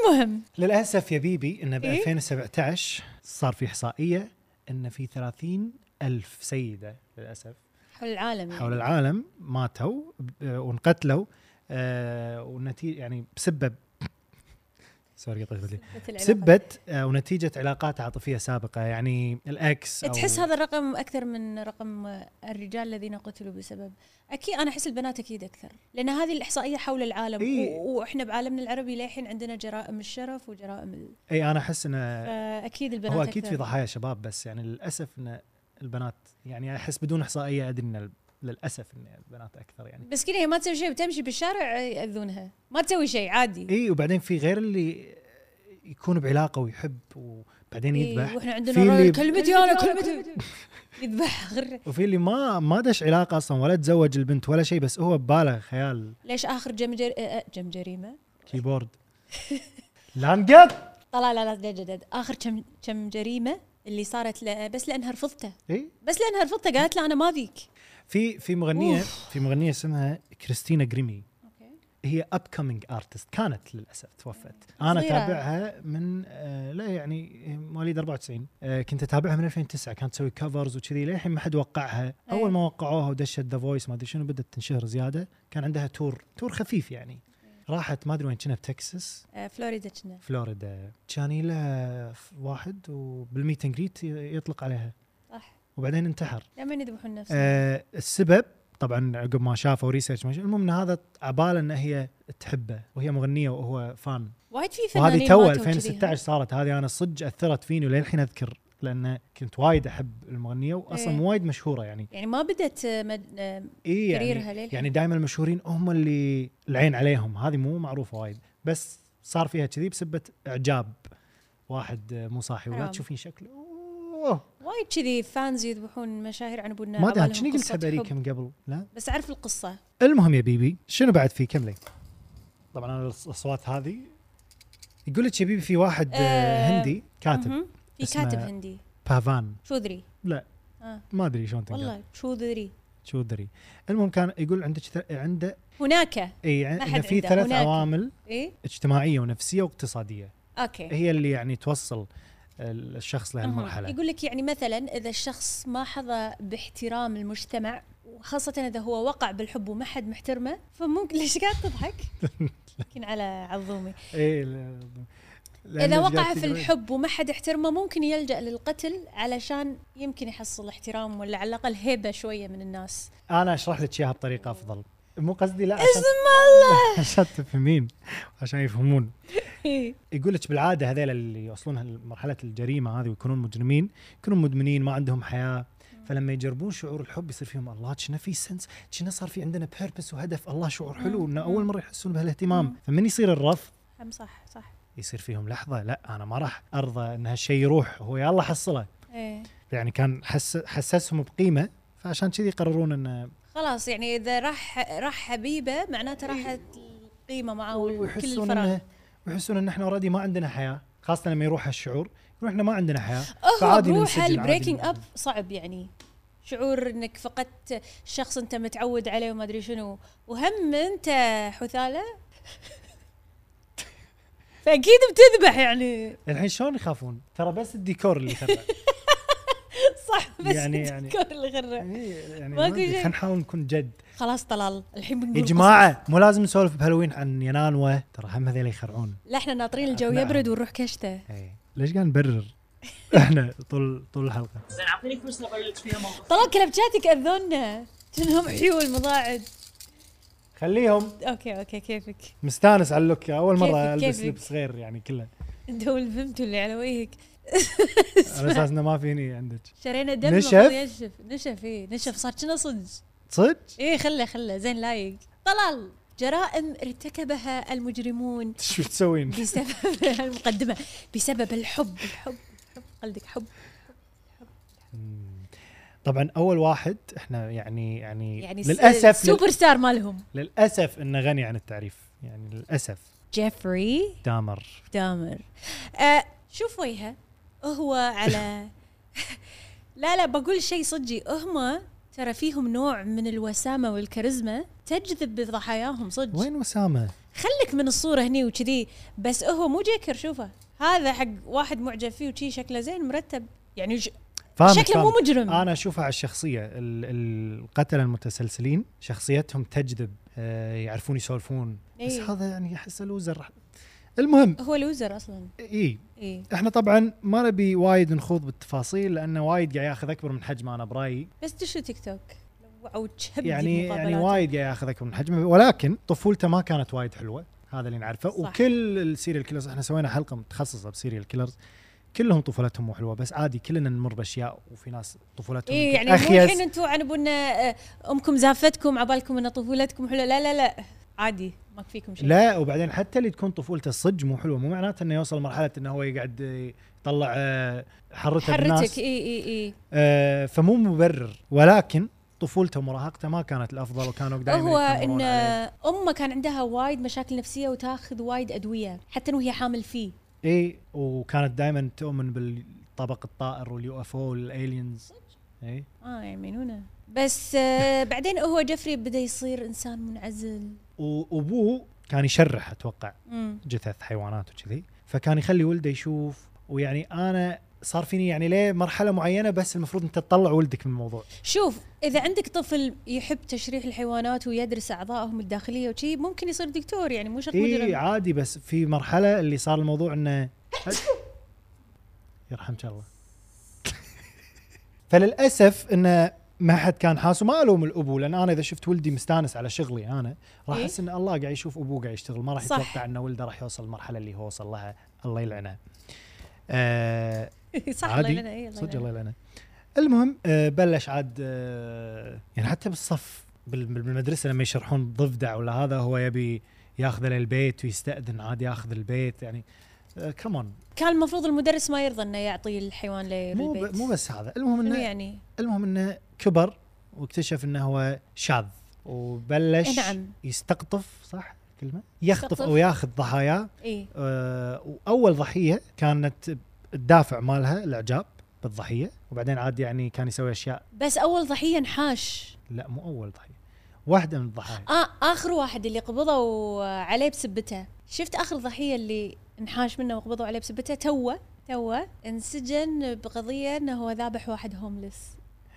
B: المهم
A: للاسف يا بيبي ان ب
B: إيه؟
A: 2017 صار في احصائيه ان في 30 ألف سيدة للأسف
B: حول العالم يعني.
A: حول العالم ماتوا ب- آه، وانقتلوا آه، ونتيجة يعني بسبب سوري قطعت لي
B: مثل العلاقات.
A: سبت آه، ونتيجة علاقات عاطفية سابقة يعني الأكس أو
B: تحس هذا الرقم اكثر من رقم الرجال الذين قتلوا بسبب اكيد انا احس البنات اكيد اكثر لان هذه الاحصائيه حول العالم
A: إيه.
B: و- واحنا بعالمنا العربي للحين عندنا جرائم الشرف وجرائم ال...
A: أي أنا أحس إنه
B: فاكيد البنات
A: أه. هو أكيد
B: أكثر.
A: في ضحايا شباب بس يعني للأسف إن البنات يعني أحس بدون إحصائية أدري إن ال- للأسف إن البنات أكثر يعني
B: بس كذا هي ما تسوي شيء بتمشي بالشارع ياذونها ما تسوي شيء عادي
A: اي وبعدين في غير اللي يكون بعلاقه ويحب وبعدين
B: إيه،
A: يعني يذبح
B: واحنا
A: في
B: عندنا
A: اللي
B: رأي، كلمتي انا كلمتي يذبح غر
A: وفي اللي ما ما دش علاقه اصلا ولا تزوج البنت ولا شيء بس هو بباله خيال
B: ليش اخر جم جر... آه، آه، جم جريمه
A: كيبورد لا نقط
B: طلع لا لا دد- دد- دد. اخر كم كم جريمه اللي صارت ل... بس لانها رفضته
A: اي
B: بس لانها رفضته قالت له انا ما ذيك
A: في في مغنيه في مغنيه اسمها كريستينا جريمي هي اب كومينج ارتست كانت للاسف توفت انا
B: صغيرة.
A: اتابعها من آه لا يعني مواليد 94 آه كنت اتابعها من 2009 كانت تسوي كفرز وكذي للحين ما حد وقعها
B: أي.
A: اول ما وقعوها ودشت ذا فويس ما ادري شنو بدات تنشهر زياده كان عندها تور تور خفيف يعني
B: إيه.
A: راحت ما ادري وين كنا بتكساس
B: آه، فلوريدا كنا
A: فلوريدا كان لها واحد وبالميت اند جريت يطلق عليها
B: صح
A: وبعدين انتحر
B: لما يذبحون نفسهم
A: آه السبب طبعا عقب ما شافوا ريسيرش ما شافوا، المهم ان هذا عباله ان هي تحبه وهي مغنيه وهو فان
B: وايد في فنانين
A: وهذه تو
B: ماتوا
A: 2016 صارت هذه انا صدق اثرت فيني وللحين اذكر لان كنت وايد احب المغنيه واصلا
B: إيه.
A: مو وايد مشهوره يعني
B: كذي. يعني ما بدت آه، مد... آه،
A: اي
B: كاريرها
A: يعني,
B: للحين.
A: يعني دائما المشهورين هم اللي العين عليهم هذه مو معروفه وايد بس صار فيها كذي بسبه اعجاب واحد آه، مو صاحي ولا
B: حرام.
A: تشوفين شكله أوه.
B: وايد كذي فانز يذبحون مشاهير عن ابونا
A: ما ادري شنو قلت باريكا من قبل لا
B: بس اعرف القصه
A: المهم يا بيبي شنو بعد في كملي طبعا انا الأص- الاصوات هذه يقول لك يا بيبي في واحد آه،
B: آه،
A: هندي كاتب
B: مهم. في
A: اسمه-
B: كاتب هندي
A: بافان
B: شو ذري
A: لا
B: آه.
A: ما ادري شلون تنقال
B: والله شو ذري
A: شو دري المهم كان يقول عندك ث- عنده
B: هناك
A: اي
B: ما
A: عنده
B: حد
A: في
B: عنده،
A: ثلاث
B: هناك.
A: عوامل
B: ايه
A: اجتماعيه ونفسيه واقتصاديه
B: اوكي
A: هي اللي يعني توصل ال- الشخص
B: أها.
A: لهالمرحله
B: يقول لك يعني مثلا اذا الشخص ما حظى باحترام المجتمع وخاصة إذا هو وقع بالحب وما حد محترمه فممكن ليش قاعد تضحك؟ يمكن على عظومي،
A: اي ل- لأن
B: إذا
A: قاعد
B: وقع في
A: تقرأ-
B: الحب وما حد احترمه ممكن يلجأ للقتل علشان يمكن يحصل احترام ولا على الأقل هيبة شوية من الناس.
A: انا اشرح لك اياها بطريقه افضل مو قصدي لا عشان
B: اسم الله! إيه.
A: عشان تفهمين عشان يفهمون يقول لك بالعاده هذيل اللي يوصلون لمرحله الجريمه هذه ويكونون مجرمين يكونون مدمنين ما عندهم حياه فلما يجربون شعور الحب يصير فيهم الله كنا في سنس كنا صار في عندنا بيربس وهدف الله شعور حلو انه اول مره يحسون بهالاهتمام فمن يصير الرفض
B: هم صح صح.
A: يصير فيهم لحظه لا انا ما راح ارضى ان هالشيء يروح هو يلا حصله
B: إيه.
A: يعني كان حس حسسهم بقيمه فعشان كذي يقررون انه
B: خلاص يعني إذا راح راح حبيبه معناته
A: إيه.
B: راحت القيمة معه وكل
A: ويحسون
B: الفراغ.
A: انه ويحسون ان احنا اوريدي ما عندنا حياه خاصه لما يروح هالشعور يقول احنا ما عندنا حياه
B: هو
A: فعادي
B: بروحه
A: ننسجم، عادي
B: البريكنج
A: ننسجم.
B: اب صعب يعني شعور انك فقدت شخص انت متعود عليه وما ادري شنو وهم انت حثاله فاكيد بتذبح يعني
A: الحين شلون يخافون؟ ترى بس الديكور اللي خرع
B: صح بس
A: يعني-
B: يعني
A: يعني-
B: يعني اللي غره
A: يعني يعني
B: ماكو شيء.
A: خلينا نحاول نكون جد
B: خلاص طلال الحين بنقول
A: يا جماعه مو لازم نسولف بهالوين عن ينانوا ترى هم هذول يخرعون
B: قصة. لا احنا ناطرين الجو
A: نعم.
B: يبرد ونروح كشته
A: اي ليش قاعد نبرر احنا طول طول الحلقه
D: زين اعطيني فرصه ابرر لك فيها موقف
B: طلال كلبشاتك اذونا
A: طيب.
B: كأنهم حيول مضاعد
A: خليهم
B: اوكي اوكي كيفك
A: مستانس على اللوك اول مره
B: كيفك-
A: البس
B: كيفك؟
A: لبس غير يعني كله
B: انت هو اللي فهمتوا اللي على وجهك
A: على اساس انه ما في هني عندك
B: شرينا دم
A: نشف؟
B: المفروض ينشف نشف اي نشف صار كنا صدق
A: صدق
B: اي خله خله زين لايق طلال جرائم ارتكبها المجرمون
A: شو تسوين؟
B: بسبب المقدمه بسبب الحب الحب الحب قلدك حب
A: مم. طبعا اول واحد احنا يعني يعني,
B: يعني س-
A: للاسف
B: سوبر ستار مالهم
A: لل- للاسف انه غني عن التعريف يعني للاسف
B: جيفري
A: دامر
B: دامر أه شوف وجهه هو على لا لا بقول شيء صدقي هم ترى فيهم نوع من الوسامه والكاريزما تجذب بضحاياهم صدق
A: وين وسامه؟
B: خلك من الصوره هني وكذي بس هو مو جيكر شوفه هذا حق واحد معجب فيه وشي شكله زين مرتب يعني ش...
A: فاهمك
B: شكله مو
A: فاهمك. آه.
B: مجرم
A: انا اشوفها على الشخصيه ال- القتله المتسلسلين شخصيتهم تجذب آه، يعرفون يسولفون بس
B: إيه.
A: هذا يعني احسه لوزر المهم
B: هو لوزر إيه. اصلا
A: اي
B: اي
A: احنا طبعا ما نبي وايد نخوض بالتفاصيل لانه وايد قاعد ياخذ اكبر من حجمه انا برايي
B: بس دشوا تيك توك لو تشبدي
A: يعني يعني
B: بمقابلاته.
A: وايد قاعد ياخذ اكبر من حجمه ولكن طفولته ما كانت وايد حلوه هذا اللي نعرفه
B: صح.
A: وكل السيريال كيلرز احنا سوينا حلقه متخصصه بسيريال كيلرز كلهم طفولتهم مو حلوه بس عادي كلنا نمر باشياء وفي ناس طفولتهم
B: اي
A: يمكن
B: يعني مو الحين انتم عنبونا آه، امكم زافتكم عبالكم ان طفولتكم حلوه لا لا لا عادي ما فيكم شيء
A: لا وبعدين حتى اللي تكون طفولته الصج مو حلوه مو معناته انه يوصل مرحله انه هو يقعد يطلع آه، حرته
B: حرتك إيه.
A: بالناس
B: اي اي اي
A: آه، فمو مبرر ولكن طفولته ومراهقته ما كانت الافضل وكانوا دائما
B: هو ان امه كان عندها وايد مشاكل نفسيه وتاخذ وايد ادويه حتى وهي حامل فيه
A: اي إيه، وكانت دائما تؤمن بالطبق الطائر واليو اف او والالينز اي
B: اه يا مينونه بس آه بعدين هو جيفري بدا يصير انسان منعزل
A: و- وابوه كان يشرح اتوقع
B: مم.
A: جثث حيوانات وكذي فكان يخلي ولده يشوف ويعني انا صار فيني يعني ليه مرحله معينه بس المفروض انت تطلع ولدك من الموضوع
B: شوف اذا عندك طفل يحب تشريح الحيوانات ويدرس اعضائهم الداخليه وشي ممكن يصير دكتور يعني مو شرط
A: اي
B: مجرم
A: إيه، عادي بس في مرحله اللي صار الموضوع انه يرحمك الله فللاسف انه ما حد كان حاس وما الوم الابو لان انا اذا شفت ولدي مستانس على شغلي انا راح
B: إيه.
A: احس ان الله قاعد يشوف ابوه قاعد يشتغل ما راح
B: صح.
A: يتوقع ان ولده راح يوصل المرحله اللي هو وصل لها الله يلعنه. آه
B: صح
A: عادي.
B: الله يلعنه إي، الله
A: صدق
B: يلعنه.
A: الله يلعنه. المهم آه بلش عاد آه يعني حتى بالصف بال- بال- بالمدرسه لما يشرحون ضفدع ولا هذا هو يبي ياخذه للبيت ويستاذن عاد ياخذ البيت يعني آه كمان
B: كان المفروض المدرس ما يرضى انه يعطي الحيوان
A: مو
B: للبيت
A: ب- مو بس هذا المهم
B: شنو
A: انه
B: يعني
A: المهم انه كبر واكتشف انه هو شاذ وبلش
B: نعم.
A: يستقطف صح كلمه يخطف
B: يستقطف.
A: او ياخذ ضحاياه
B: اي
A: آه، واول ضحيه كانت الدافع مالها الاعجاب بالضحيه وبعدين عاد يعني كان يسوي اشياء
B: بس اول ضحيه انحاش
A: لا مو اول ضحيه واحده من الضحايا
B: اه اخر واحد اللي قبضوا عليه بسبته شفت اخر ضحيه اللي انحاش منه وقبضوا عليه بسبته توه توه انسجن بقضيه انه هو ذابح واحد هوملس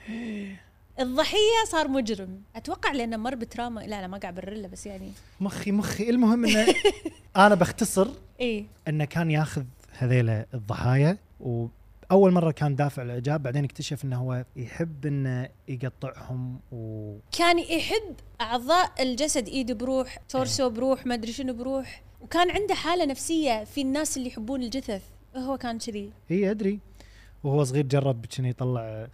B: الضحيه صار مجرم اتوقع لانه مر بتراما لا لا ما قاعد برله بس يعني
A: مخي مخي المهم انه انا بختصر
B: ايه
A: انه كان ياخذ هذيلا الضحايا واول مره كان دافع الاعجاب بعدين اكتشف انه هو يحب انه يقطعهم و
B: كان يحب اعضاء الجسد ايده بروح تورسو بروح ما ادري شنو بروح وكان عنده حاله نفسيه في الناس اللي يحبون الجثث هو كان كذي
A: اي ادري وهو صغير جرب كان يطلع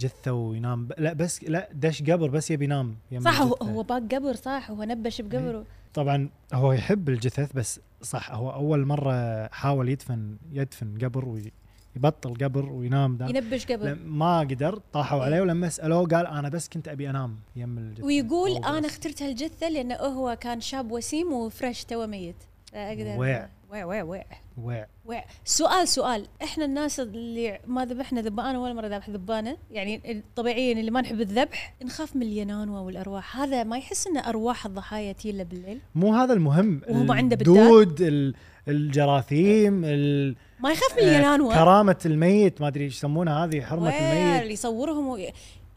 A: جثه وينام ب... لا بس لا دش قبر بس يبي ينام يم
B: صح هو,
A: الجثة.
B: هو باق قبر صح هو نبش بقبره
A: طبعا هو يحب الجثث بس صح هو اول مره حاول يدفن يدفن قبر ويبطل قبر وينام دام
B: ينبش
A: لم-
B: قبر
A: ما قدر طاحوا
B: إيه.
A: عليه ولما سالوه قال انا بس كنت ابي انام يم الجثه
B: ويقول
A: أو
B: انا
A: بس.
B: اخترت هالجثه لانه هو كان شاب وسيم وفريش توه ميت فاقدر
A: وع.
B: وع وع وع
A: وع
B: وع سؤال سؤال احنا الناس اللي ما ذبحنا ذبانه ولا مره ذبح ذبانه يعني الطبيعيين اللي ما نحب الذبح نخاف من الينانوه والارواح هذا ما يحس ان ارواح الضحايا تيله بالليل
A: مو هذا المهم
B: وهو ما عنده بالدار؟
A: الدود ال- الجراثيم ال-
B: ما يخاف من
A: آه،
B: الينانوه
A: كرامه الميت ما ادري ايش يسمونها هذه حرمه
B: وير،
A: الميت
B: اللي يصورهم وي...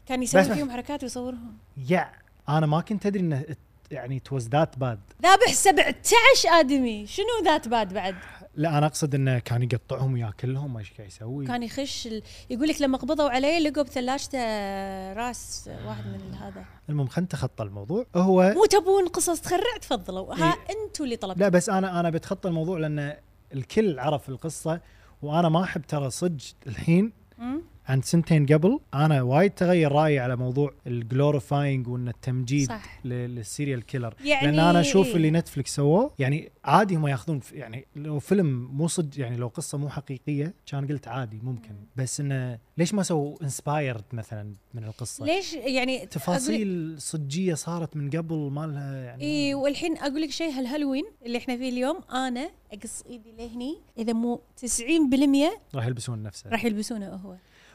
B: كان يسوي
A: بس-
B: فيهم حركات ويصورهم
A: يا انا ما كنت ادري انه it- يعني توز ذات باد
B: ذابح 17 ادمي شنو ذات باد بعد
A: لا انا اقصد انه كان يقطعهم وياكلهم ايش قاعد يسوي
B: كان يخش ال... يقول لك لما قبضوا عليه لقوا بثلاجته راس واحد من هذا
A: المهم خلينا نتخطى الموضوع هو
B: مو تبون قصص تخرع تفضلوا ها
A: إيه.
B: انتوا اللي طلبتوا
A: لا بس انا انا بتخطى الموضوع لان الكل عرف القصه وانا ما احب ترى صدق الحين
B: مم.
A: عن سنتين قبل انا وايد تغير رايي على موضوع الجلوريفاينج وان التمجيد
B: صح.
A: لل- للسيريال كيلر
B: يعني
A: لان انا اشوف
B: إيه.
A: اللي نتفلكس سووه يعني عادي هم ياخذون ف- يعني لو فيلم مو صدق يعني لو قصه مو حقيقيه كان قلت عادي ممكن بس انه ليش ما سووا انسبايرد مثلا من القصه
B: ليش يعني
A: تفاصيل صجيه صارت من قبل ما لها يعني
B: اي والحين اقول لك شيء هالهالوين اللي احنا فيه اليوم انا اقص ايدي لهني اذا مو 90%
A: راح يلبسون نفسه
B: راح يلبسونه هو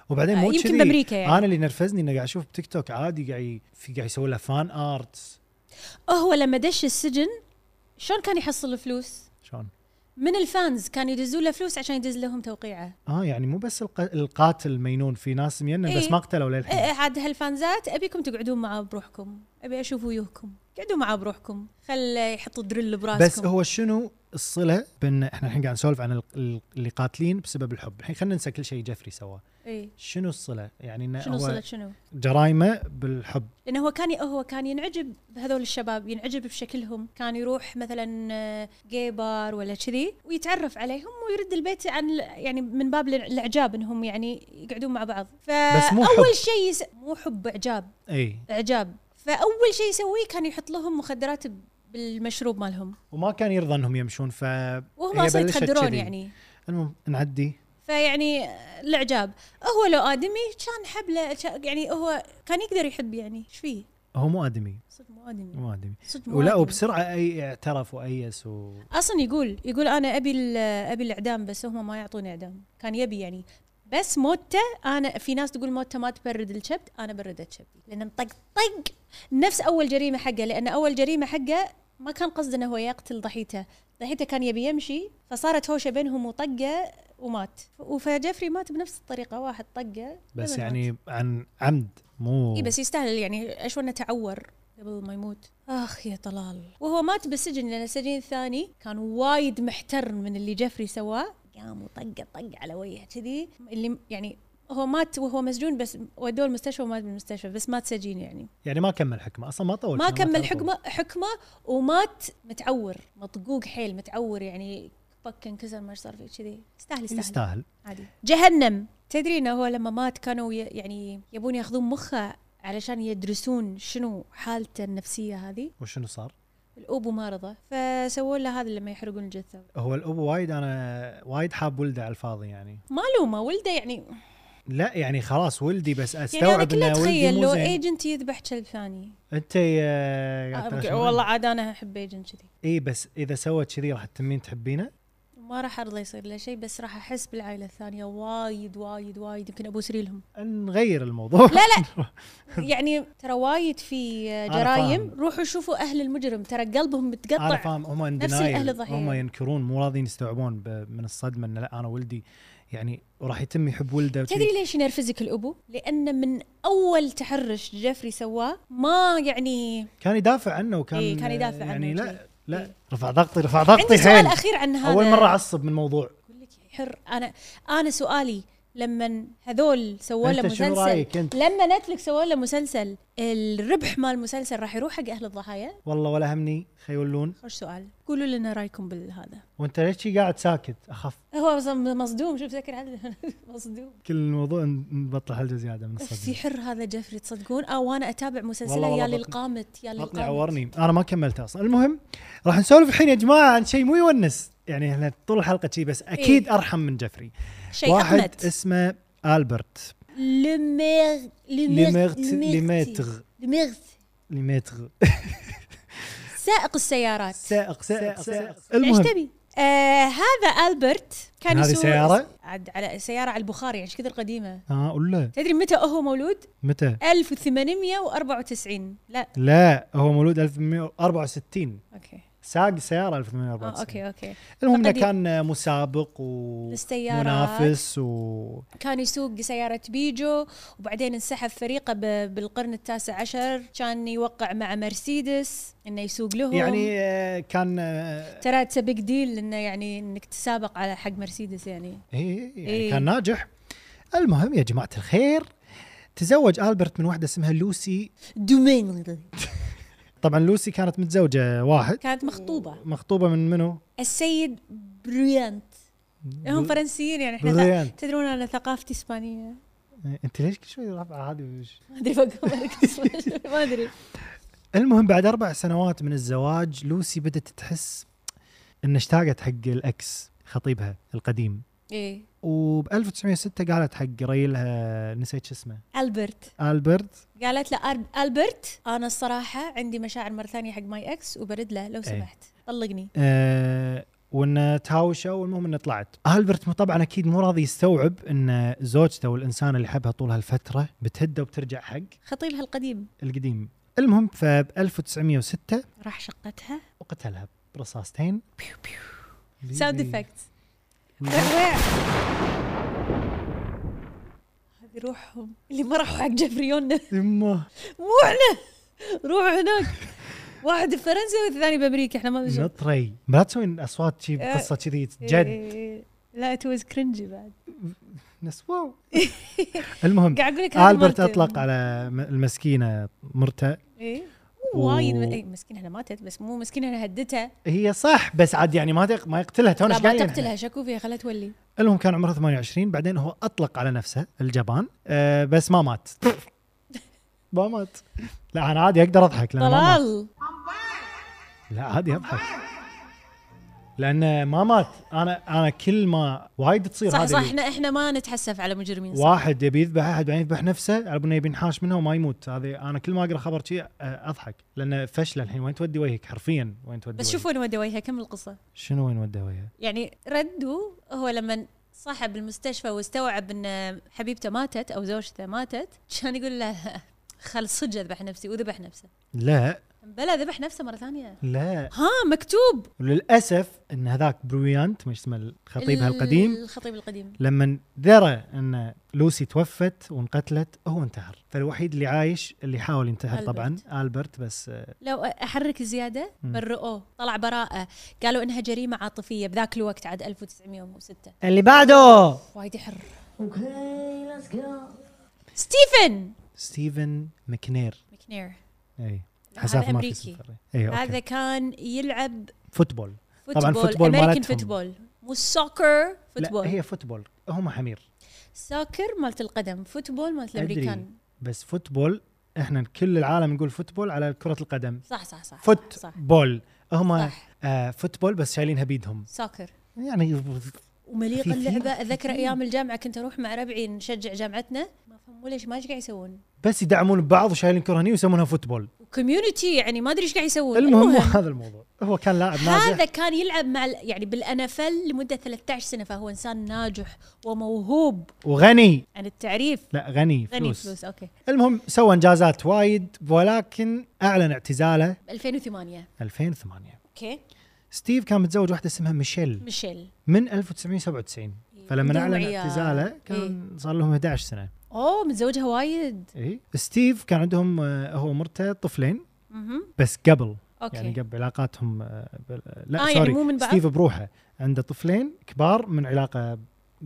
A: وبعدين مو
B: آه، يمكن
A: كذي.
B: بأمريكا يعني.
A: انا اللي نرفزني انه قاعد اشوف تيك توك عادي قاعد ي- في قاعد يسوي له فان ارت
B: هو لما دش السجن شلون كان يحصل فلوس؟
A: شلون؟
B: من الفانز كانوا يدزوا له فلوس عشان يدز لهم توقيعه
A: اه يعني مو بس الق- القاتل مينون في ناس مينا بس
B: إيه.
A: ما قتلوا
B: إيه،
A: للحين
B: إيه، عاد هالفانزات ابيكم تقعدون معاه بروحكم ابي اشوف ويوهكم قعدوا معاه بروحكم خل يحط درل براسكم
A: بس هو شنو الصله بين احنا الحين قاعد نسولف عن ال- ال- اللي قاتلين بسبب الحب، الحين خلينا ننسى كل شيء جيفري سواه،
B: إيه.
A: شنو الصله؟ يعني انه
B: شنو
A: هو
B: وصلت شنو؟
A: جرايمه بالحب
B: لانه هو كان هو كان ينعجب بهذول الشباب ينعجب بشكلهم كان يروح مثلا آه، جاي بار ولا كذي ويتعرف عليهم ويرد البيت عن يعني من باب الع- الاعجاب انهم يعني يقعدون مع بعض
A: بس مو
B: فاول
A: حب.
B: شيء يس... مو حب اعجاب
A: اي
B: اعجاب فاول شيء يسويه كان يحط لهم مخدرات بالمشروب مالهم
A: وما كان يرضى انهم يمشون ف
B: وهم
A: هي
B: اصلا
A: بلشت
B: يتخدرون
A: كذي.
B: يعني
A: المهم نعدي
B: فيعني آه، الاعجاب هو لو ادمي كان حبله كان- يعني هو كان يقدر يحب يعني ايش فيه؟
A: هو مو ادمي
B: صدق مو ادمي
A: مو ادمي
B: صدق مو
A: ولا
B: آدمي.
A: وبسرعه اي اعترف وايس و
B: اصلا يقول يقول انا ابي ال- ابي الاعدام بس هم ما يعطوني اعدام كان يبي يعني بس موته انا في ناس تقول موته ما تبرد الكبد انا بردت كبدي لان انطق طق نفس اول جريمه حقه لان اول جريمه حقه ما كان قصده انه هو يقتل ضحيته ضحيته كان يبي يمشي فصارت هوشه بينهم وطقه ومات فجيفري مات بنفس الطريقه واحد طقه
A: بس
B: بعدين
A: يعني عن عمد مو
B: اي إيه، بس يستاهل يعني ايش انه تعور قبل ما يموت اخ يا طلال وهو مات بالسجن لان السجين الثاني كان وايد محترم من اللي جيفري سواه قام وطق طق على وجهه كذي اللي يعني هو مات وهو مسجون بس ودوه المستشفى ومات بالمستشفى بس مات سجين يعني
A: يعني ما كمل حكمه اصلا ما طول
B: ما
A: كان-
B: كمل
A: طول.
B: حكمه حكمه ومات متعور مطقوق حيل متعور يعني فك انكسر ما إيش صار فيه كذي يستاهل يستاهل
A: يستاهل
B: عادي جهنم تدري انه هو لما مات كانوا ي- يعني يبون ياخذون مخه علشان يدرسون شنو حالته النفسيه هذه
A: وشنو صار؟
B: الابو ما رضى فسووا له هذا لما يحرقون الجثه
A: هو الاب وايد انا وايد حاب ولده على الفاضي يعني
B: ما لومه ولده يعني
A: لا يعني خلاص ولدي بس
B: يعني انا
A: استوعب
B: كله
A: انه ولدي
B: اتخيل
A: مو
B: لو
A: زين
B: ايجنت يذبح كلب ثاني
A: انت يا
B: آه،
A: قاعد ترشح
B: والله
A: مني.
B: عاد انا احب ايجنت كذي
A: اي بس اذا سوت كذي راح تمين تحبينه
B: ما راح ارضى يصير له شيء بس راح احس بالعائله الثانيه وايد وايد وايد يمكن ابو سريلهم
A: نغير الموضوع
B: لا لا يعني ترى وايد في
A: فاهم.
B: جرايم روحوا شوفوا اهل المجرم ترى قلبهم
A: انا
B: متقطع
A: فاهم هم
B: نفس الأهل
A: الدنايل
B: الضحية.
A: هم ينكرون مو راضيين يستوعبون ب- من الصدمه ان لا انا ولدي يعني وراح يتم يحب ولده وشي.
B: تدري ليش ينرفزك الابو؟ لان من اول تحرش جيفري سواه ما يعني
A: كان يدافع عنه وكان
B: إيه، كان يدافع عنه
A: يعني
B: وشي.
A: لا لا
B: إيه.
A: رفع ضغطي رفع ضغطي
B: عندي سؤال
A: حيل
B: اخير عن هذا
A: اول مره اعصب من موضوع
B: اقول لك يا حر انا انا سؤالي لما هذول سووا له
A: انت شنو
B: مسلسل
A: رايك انت؟
B: لما نتفلكس سووا له مسلسل الربح مال المسلسل راح يروح حق اهل الضحايا؟
A: والله ولا همني خيولون
B: خوش سؤال قولوا لنا رايكم بالهذا
A: وانت ليش شي قاعد ساكت اخاف
B: هو أصلاً مصدوم شوف سكر عدل مصدوم
A: كل الموضوع ن- نبطل حلقه زياده من
B: في
A: الصدمه
B: حر هذا جيفري تصدقون اه وانا اتابع مسلسله
A: والله والله
B: يا للقامت
A: بطني-
B: يا للقامت
A: بطني عورني انا ما كملت اصلا المهم راح نسولف الحين يا جماعه عن شيء مو يونس يعني احنا طول الحلقه شي
B: إيه.
A: بس اكيد ارحم من جفري
B: شيء
A: واحد
B: أقنت.
A: اسمه البرت
B: لميغ
A: ليميرت
B: لميغ
A: ليميتغ ليميتغ
B: سائق السيارات
A: سائق سائق سائق
B: ايش
A: المهم
B: تبي؟ آه هذا البرت كان
A: هذه
B: يسوق
A: سيارة؟
B: عاد على سياره على البخار يعني ايش كثر قديمه
A: اه ولا
B: تدري متى هو مولود؟
A: متى
B: 1894 لا آه،
A: لا هو مولود 1864
B: اوكي
A: ساق سياره 1864
B: آه اوكي اوكي
A: المهم انه
B: فقد-
A: كان مسابق و
B: للسيارات.
A: منافس و
B: كان يسوق سيارة بيجو وبعدين انسحب فريقه ب- بالقرن التاسع عشر كان يوقع مع مرسيدس انه يسوق لهم
A: يعني آه، كان آه،
B: ترى اتس بيج ديل انه يعني انك تسابق على حق مرسيدس يعني
A: إيه يعني
B: إيه.
A: كان ناجح المهم يا جماعه الخير تزوج البرت من واحده اسمها لوسي
B: دومين
A: طبعا لوسي كانت متزوجه واحد
B: كانت مخطوبة
A: مخطوبه من منو؟
B: السيد بريانت هم فرنسيين يعني احنا ث-
A: بريان
B: تدرون انا ثقافتي اسبانيه
A: انت ليش كل شوي رافعه هذه وش-
B: ما ادري بقول لك اسمه. ما ادري
A: المهم بعد اربع سنوات من الزواج لوسي بدت تحس ان اشتاقت حق الاكس خطيبها القديم
B: ايه
A: وب 1906 قالت حق ريلها نسيت شو اسمه
B: البرت
A: البرت
B: قالت له أر- البرت انا الصراحه عندي مشاعر مره ثانيه حق ماي اكس وبرد له لو سمحت طلقني
A: آه وانه تهاوشوا والمهم انه طلعت البرت طبعا اكيد مو راضي يستوعب ان زوجته والانسان اللي حبها طول هالفتره بتهدى وبترجع حق
B: خطيبها القديم
A: القديم المهم فب 1906
B: راح شقتها
A: إيه. وقتلها برصاصتين
B: ساوند افكت هذه روحهم اللي ما راحوا حق جفريون
A: يمه
B: مو احنا روحوا هناك واحد بفرنسا والثاني بامريكا احنا ما بنشوف.
A: نطري ما لا تسوين اصوات شي
B: آه.
A: قصه كذي جد
B: إيه. لا ات واز كرنجي بعد
A: نس واو المهم
B: قاعد اقول لك هذه
A: البرت
B: مرته.
A: اطلق على م- المسكينه مرته
B: ايه
A: و-
B: مو وايد من... إيه مسكينه انا ماتت بس مو مسكينه انا هدتها
A: هي صح بس عاد يعني ما تق... ما يقتلها تونا
B: لا
A: إيش
B: ما
A: قاعدين
B: تقتلها شكوا فيها خلها تولي
A: إحنا؟ المهم كان عمرها 28 بعدين هو اطلق على نفسه الجبان آه بس ما مات ما مات لا انا عادي اقدر اضحك لأنه ما مات.
B: طلال
A: لا عادي اضحك لانه ما مات انا انا كل ما وايد تصير
B: صح
A: طيب، هذه
B: صح احنا احنا ما نتحسف على مجرمين صح
A: واحد يبي يذبح احد بعدين يذبح نفسه على انه يبي ينحاش منها وما يموت هذه انا كل ما اقرا خبر آه، شيء اضحك لانه فشله الحين وين تودي وجهك حرفيا وين تودي
B: بس
A: وجهك؟
B: شوفوا وين ودى وجهها كم القصه
A: شنو وين ودي وجهه؟
B: يعني ردوا هو لما صاحب المستشفى واستوعب ان حبيبته ماتت او زوجته ماتت كان يقول له خل صدق اذبح نفسي وذبح نفسه
A: لا
B: بلا ذبح نفسه مره ثانيه
A: لا
B: ها مكتوب
A: وللاسف ان هذاك برويانت ما اسمه خطيبها القديم
B: الخطيب القديم
A: لما درى ان لوسي توفت وانقتلت هو انتحر فالوحيد اللي عايش اللي حاول ينتحر
B: ألبرت.
A: طبعا البرت بس آه،
B: لو احرك زياده
A: مم.
B: برؤوه طلع براءه قالوا انها جريمه عاطفيه بذاك الوقت عاد 1906
A: اللي بعده
B: وايد يحر
C: Okay, let's go.
B: ستيفن
A: ستيفن مكنير
B: مكنير
A: اي
B: هذا
A: حساف ما في اسم
B: امريكي
A: فرعي. اي اوكي
B: آه، هذا كان يلعب
A: فوتبول
B: فوتبول
A: طبعاً فوتبول
B: امريكان
A: مالتهم.
B: فوتبول مو سوكر
A: لا
B: فوتبول
A: هي فوتبول هم حمير
B: سوكر مالت القدم فوتبول مالت
A: أدري.
B: الامريكان
A: بس فوتبول احنا كل العالم نقول فوتبول على كرة القدم
B: صح صح صح صح, صح.
A: فوتبول هم
B: صح.
A: آه فوتبول بس شايلينها بيدهم
B: سوكر
A: يعني
B: ومليق
A: خفيفين،
B: اللعبه اتذكر
A: خفيفين.
B: ايام الجامعه كنت اروح مع ربعي نشجع جامعتنا ما فهموا ليش ما ايش قاعد يسوون
A: بس يدعمون بعض وشايلين كرة هني ويسمونها فوتبول
B: وكوميونتي يعني ما ادري ايش قاعد يسوون
A: المهم مو هذا الموضوع هو كان لاعب ناجح
B: هذا كان يلعب مع ال- يعني بالانفل لمده 13 سنه فهو انسان ناجح وموهوب
A: وغني
B: عن التعريف
A: لا غني
B: غني
A: فلوس,
B: فلوس اوكي
A: المهم سوى انجازات وايد ولكن اعلن اعتزاله
B: ب 2008
A: 2008
B: اوكي
A: ستيف كان متزوج واحده اسمها ميشيل
B: ميشيل
A: من 1997 فلما
B: عندهم
A: اعلن
B: عيال.
A: اعتزاله
B: إيه.
A: كان صار لهم 11 سنه
B: اوه متزوجها وايد
A: اي ستيف كان عندهم آه، هو ومرته طفلين
B: مهم.
A: بس قبل
B: اوكي
A: يعني
B: يعني
A: قبل علاقاتهم آه، بال- لا
B: آه،
A: سوري
B: يعني مو من بعض؟
A: ستيف بروحه عنده طفلين كبار من علاقه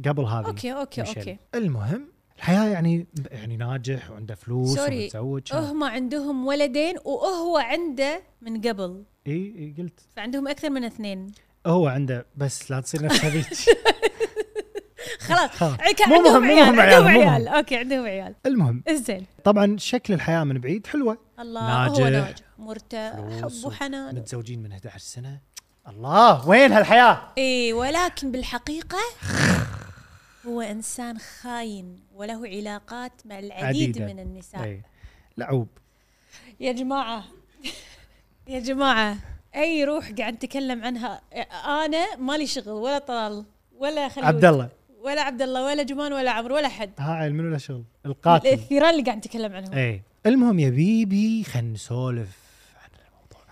A: قبل هذه
B: اوكي اوكي
A: ميشيل.
B: اوكي
A: المهم الحياه يعني يعني ناجح وعنده فلوس
B: سوري.
A: ومتزوج
B: هم عندهم ولدين وهو عنده من قبل
A: اي اي إيه، قلت
B: فعندهم اكثر من اثنين
A: هو عنده بس لا تصير نفس هذيك
B: خلاص
A: خلاص.
B: عك-
A: مو مهم،
B: عندهم
A: مو
B: عيال
A: مهم عيال،
B: عندهم
A: مو
B: عيال
A: مهم.
B: اوكي عندهم عيال
A: المهم
B: زين
A: طبعا شكل الحياه من بعيد حلوه
B: الله هو
A: ناجح.
B: ناجح مرته
A: فلوس
B: حب وحنان
A: متزوجين من 11 سنه الله وين هالحياه
B: اي إيه، ولكن بالحقيقه هو انسان خاين وله علاقات مع العديد
A: عديدة.
B: من النساء
A: اي إيه. لعوب
B: يا جماعة يا جماعة أي روح قاعد نتكلم عنها أنا مالي شغل ولا طلال ولا خليل
A: عبد الله
B: ولا عبد الله ولا جمان ولا عمرو ولا حد
A: ها منو له شغل القاتل
B: الثيران اللي قاعد نتكلم عنهم
A: اي المهم يا بيبي خلينا نسولف عن الموضوع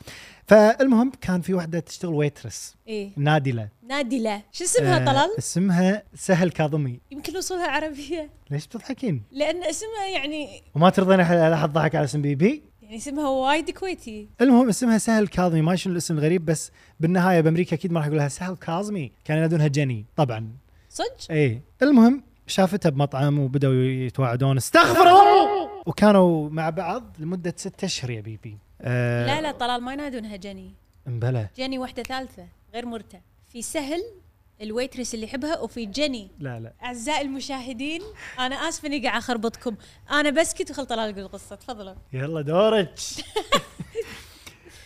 A: فالمهم كان في واحده تشتغل ويترس
B: إيه
A: نادله
B: نادلة شو اسمها
A: آه،
B: طلال؟
A: اسمها سهل كاظمي
B: يمكن وصولها عربية
A: ليش بتضحكين؟
B: لأن اسمها يعني
A: وما ترضين احد لا احد ضحك على اسم بيبي
B: يعني اسمها وايد كويتي
A: المهم اسمها سهل كاظمي ما شنو الاسم الغريب بس بالنهايه بامريكا اكيد ما راح يقول لها سهل كاظمي كان ينادونها جني طبعا
B: صدق؟
A: اي المهم شافتها بمطعم وبداوا يتواعدون استغفر الله وكانوا مع بعض لمده ستة اشهر يا بيبي آه
B: لا لا طلال ما ينادونها جني
A: امبلى
B: جني واحدة ثالثة غير مرتة في سهل الويترس اللي يحبها وفي جني
A: لا لا
B: اعزائي المشاهدين انا اسفه اني قاعد اخربطكم انا بسكت وخل طلال يقول القصه تفضلوا
A: يلا دورك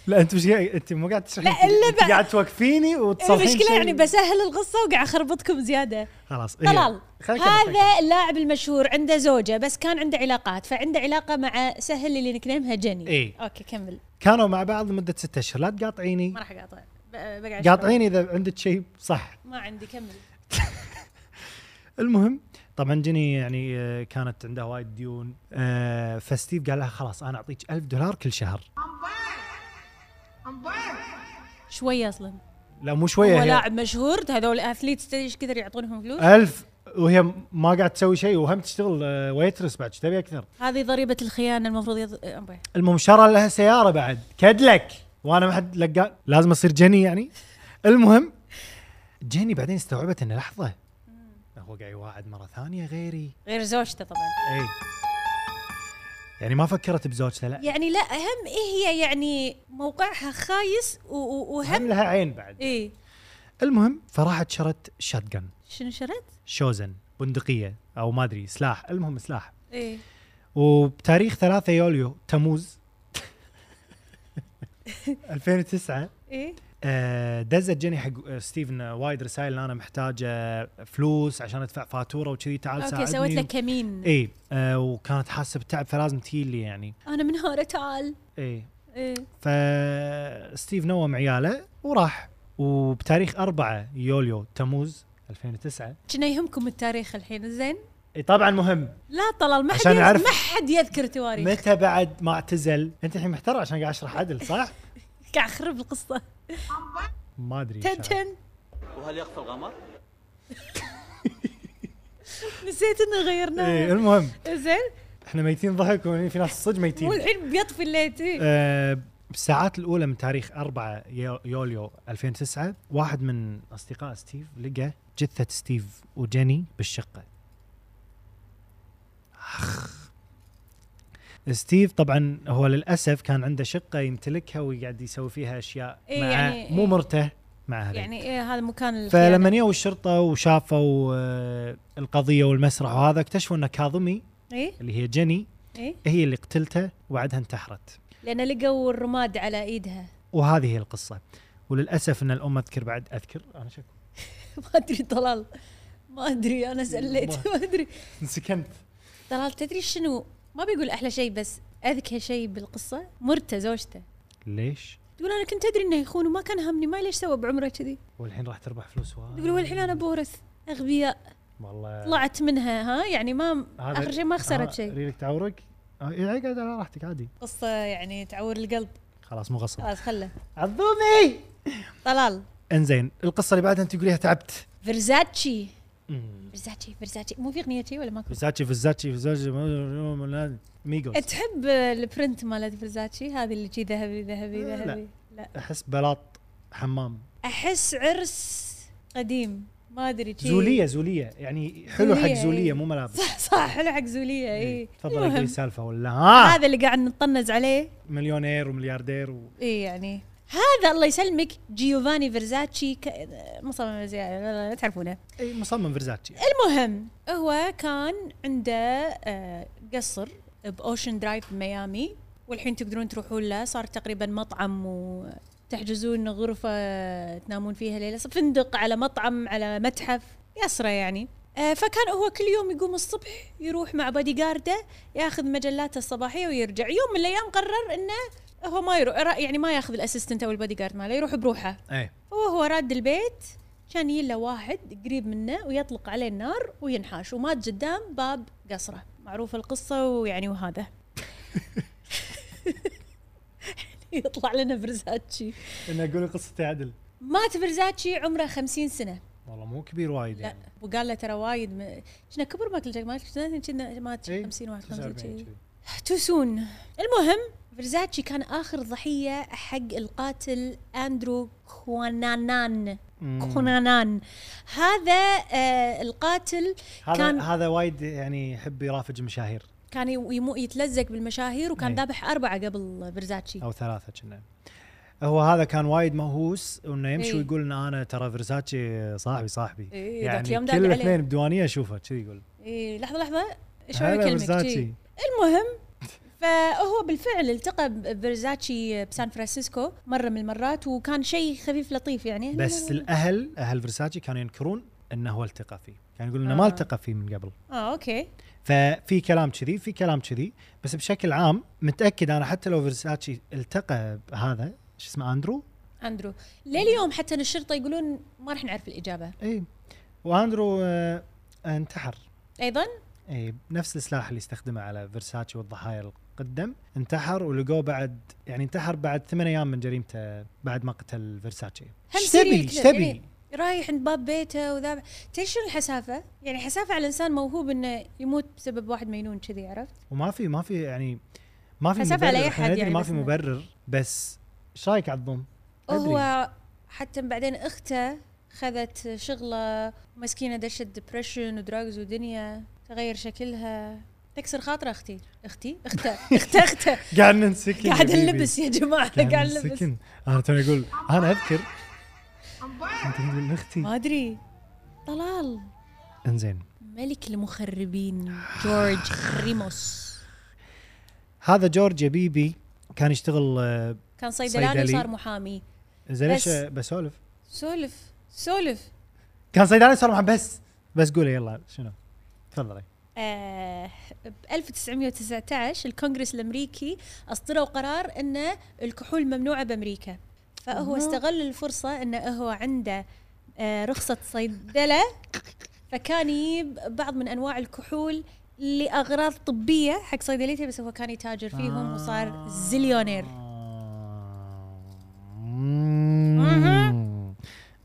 A: لا انت مش قاعد انت مو قاعد تشرحين
B: لا،
A: أنت-
B: إلا
A: أنت
B: بقى-
A: قاعد توقفيني وتصلحين
B: المشكله
A: شيء.
B: يعني بسهل القصه وقاعد اخربطكم زياده
A: خلاص إيه.
B: طلال
A: خليك أنا-
B: هذا اللاعب المشهور عنده زوجه بس كان عنده علاقات فعنده علاقه مع سهل اللي نكنيمها جني
A: إيه.
B: اوكي كمل
A: كانوا مع بعض لمده ستة اشهر لا تقاطعيني
B: ما راح اقاطع ب- بقعد
A: قاطعيني اذا عندك شيء صح
B: ما عندي كمل
A: المهم طبعا جني يعني آه، كانت عندها وايد ديون آه، فستيف قال لها خلاص انا اعطيك ألف دولار كل شهر
B: شويه اصلا
A: لا مو
B: هو
A: شويه هي
B: لاعب مشهور هذول اثليتس تدري ايش كثر يعطونهم فلوس
A: ألف وهي ما قاعد تسوي شيء وهم تشتغل آه، ويترس بعد إيش تبي اكثر
B: هذه ضريبه الخيانه المفروض يض... أه، أم بي.
A: المهم شرى لها سياره بعد كدلك وانا ما حد لقى لازم اصير جني يعني المهم جني بعدين استوعبت انه لحظه هو قاعد يواعد مره ثانيه غيري
B: غير زوجته طبعا
A: اي يعني ما فكرت بزوجته لا
B: يعني لا اهم ايه هي يعني موقعها خايس و- و-
A: هم
B: وهم
A: لها عين بعد
B: ايه
A: المهم فراحت شرت شاتجن
B: شنو شرت؟
A: شوزن بندقيه او ما ادري سلاح المهم سلاح
B: ايه
A: وبتاريخ 3 يوليو تموز 2009
B: ايه
A: آه، دزت جيني حق آه، ستيفن آه، وايد رسائل إن انا محتاجه فلوس عشان ادفع فاتوره وكذي تعال
B: اوكي
A: ساعدني
B: سويت لك كمين
A: اي آه، وكانت حاسه بتعب فلازم تجي لي يعني إيه،
B: انا من هارة تعال
A: اي
B: ايه
A: فستيف نوم عياله وراح وبتاريخ 4 يوليو تموز 2009
B: كنا يهمكم التاريخ الحين زين؟
A: اي طبعا إيه، مهم
B: لا طلال ما حد
A: عشان
B: يز-
A: أعرف.
B: ما حد يذكر تواريخ
A: متى بعد ما اعتزل انت الحين محتار عشان قاعد اشرح عدل صح
B: قاعد اخرب القصه
A: ما ادري
B: تن
A: شلون.
B: تن
E: وهل يخفى الغمر؟
B: نسيت انه
A: ايه
B: غيرناه
A: المهم
B: زين
A: احنا ميتين ضحك وفي ناس صدق ميتين
B: والحين بيطفي الليت إيه.
A: آه، بالساعات الاولى من تاريخ 4 يو- يوليو 2009 واحد من اصدقاء ستيف لقى جثه ستيف وجيني بالشقه أخ. ستيف طبعا هو للاسف كان عنده شقه يمتلكها ويقعد يسوي فيها اشياء
B: إيه
A: مع
B: يعني-
A: مو مرته مع هذا
B: يعني إيه هذا مكان الخيانة.
A: فلما يو الشرطه وشافوا آه، القضيه والمسرح وهذا اكتشفوا ان كاظمي
B: ايه
A: اللي هي جيني
B: ايه
A: هي اللي قتلته وبعدها انتحرت
B: لان لقوا الرماد على ايدها
A: وهذه هي القصه وللاسف ان الام اذكر بعد اذكر انا شك
B: ما ادري طلال ما ادري انا سليت ما ادري
A: انسكنت
B: طلال تدري شنو ما بيقول احلى شيء بس اذكى شيء بالقصه مرته زوجته
A: ليش؟
B: تقول انا كنت ادري انه يخون وما كان همني ما ليش سوى بعمره كذي
A: والحين راح تربح فلوس وايد
B: تقول والحين انا بورث اغبياء
A: والله
B: طلعت منها ها يعني ما
A: آه. هذا-
B: اخر شيء ما
A: آه،
B: خسرت شيء
A: ريلك تعورك؟ آه، إيه، اقعد على راحتك عادي
B: قصه يعني تعور القلب
A: خلاص مو غصب
B: خلاص خله
A: عظومي
B: طلال
A: انزين القصه اللي بعدها انت تقوليها تعبت
B: فرزاتشي فرزاتشي فرزاتشي مو في اغنيه شي ولا ماكو
A: فزاتشي فزاتشي فزاتشي ميجوس
B: تحب البرنت مالت فرزاتشي هذه اللي جي ذهبي ذهبي
A: لا.
B: ذهبي لا
A: احس بلاط حمام
B: احس عرس قديم ما ادري شي.
A: زوليه زوليه يعني حلو حق
B: إيه. زولية،
A: زوليه
B: إيه.
A: مو ملابس إيه.
B: صح صح حلو حق زوليه اي
A: تفضل آه. اقول سالفه ولا ها
B: هذا اللي قاعد نطنز عليه
A: مليونير وملياردير و...
B: اي يعني هذا الله يسلمك جيوفاني فرزاتشي ك... مصمم أزياء، لا- لا- تعرفونه
A: اي إيه، مصمم فرزاتشي
B: المهم هو كان عنده آه، قصر باوشن درايف بميامي والحين تقدرون تروحون له صار تقريبا مطعم وتحجزون غرفه تنامون فيها ليله فندق على مطعم على متحف يسرى يعني آه، فكان هو كل يوم يقوم الصبح يروح مع بادي جارده ياخذ مجلاته الصباحيه ويرجع يوم من الايام قرر انه هو ما يروح يعني ما ياخذ الاسيستنت او البادي جارد ماله يروح بروحه
A: اي
B: هو هو راد البيت كان يلا واحد قريب منه ويطلق عليه النار وينحاش ومات قدام باب قصره معروف القصة ويعني وهذا يطلع لنا برزاتشي
A: اني اقول قصتي عدل
B: مات برزاتشي عمره خمسين سنة
A: والله مو كبير وايد
B: لا
A: يعني
B: وقال له ترى وايد م... شنا كبر ما كل شيء ما كنا- كنا مات
A: إيه،
B: 50 51
A: 49
B: شي.
A: كذي.
B: توسون المهم فرزاتشي كان اخر ضحيه حق القاتل اندرو كوانانان كونانان هذا آه القاتل كان-
A: هذا هذا وايد يعني يحب يرافق مشاهير
B: كان يمو- يتلزق بالمشاهير وكان
A: إيه.
B: ذابح اربعه قبل فرزاتشي
A: او ثلاثه كنا هو هذا كان وايد مهووس انه يمشي
B: إي.
A: ويقول ان انا ترى فرزاتشي صاحبي صاحبي
B: إي، إيه. ذاك
A: يعني
B: يوم داد
A: كل
B: عليه.
A: اثنين بديوانيه اشوفه كذي يقول
B: اي لحظه لحظه شو
A: هلا
B: اكلمك
A: فرزاتشي.
B: جي. المهم فهو بالفعل التقى بفيرزاتشي بسان فرانسيسكو مره من المرات وكان شيء خفيف لطيف يعني
A: بس الاهل اهل فرساتشي كانوا ينكرون انه هو التقى فيه كانوا يقولون انه
B: آه.
A: ما التقى فيه من قبل
B: اه اوكي
A: ففي كلام كذي في كلام كذي بس بشكل عام متاكد انا حتى لو فرساتشي التقى بهذا شو اسمه اندرو
B: اندرو لليوم حتى الشرطه يقولون ما راح نعرف الاجابه
A: اي واندرو إيه. آه انتحر
B: ايضا
A: اي نفس السلاح اللي استخدمه على فرساتشي والضحايا القدم انتحر ولقوه بعد يعني انتحر بعد ثمان ايام من جريمته بعد ما قتل فرساتشي
B: هم
A: ايش
B: serial
A: تبي؟
B: killer.
A: ايش تبي؟
B: يعني رايح عند باب بيته وذا تدري شنو الحسافه؟ يعني حسافه على انسان موهوب انه يموت بسبب واحد مجنون كذي عرفت؟
A: وما في ما في يعني ما في
B: حسب
A: مبرر
B: على أي
A: إحنا
B: حد
A: ندري
B: يعني،
A: ما
B: بس
A: في
B: إنه-
A: مبرر بس ايش رايك على الضم؟ أدري.
B: وهو حتى بعدين اخته خذت شغله مسكينه دشت ديبرشن ودراجز ودنيا تغير شكلها تكسر خاطر اختي اختي اخته اخته اخته
A: قاعد ننسكن
B: قاعد
A: يا بيبي.
B: نلبس يا جماعه قاعد
A: قاعد
B: نلبس
A: ننسكن انا توني اقول انا اذكر انت هي من اختي
B: ما ادري طلال
A: انزين
B: ملك المخربين جورج ريموس
A: هذا جورج يا بيبي كان يشتغل آه،
B: كان صيدلاني
A: صيدلي.
B: صار محامي
A: زين
B: بس.
A: ليش آه، بسولف؟
B: سولف سولف
A: كان صيدلاني صار محامي بس بس قولي يلا شنو؟ تفضلي
B: آه ب 1919 الكونغرس الامريكي اصدروا قرار ان الكحول ممنوعه بامريكا فهو استغل الفرصه انه هو عنده آه رخصه صيدله فكان يجيب بعض من انواع الكحول لاغراض طبيه حق صيدليته بس هو كان يتاجر فيهم
A: آه.
B: وصار زليونير
A: مم.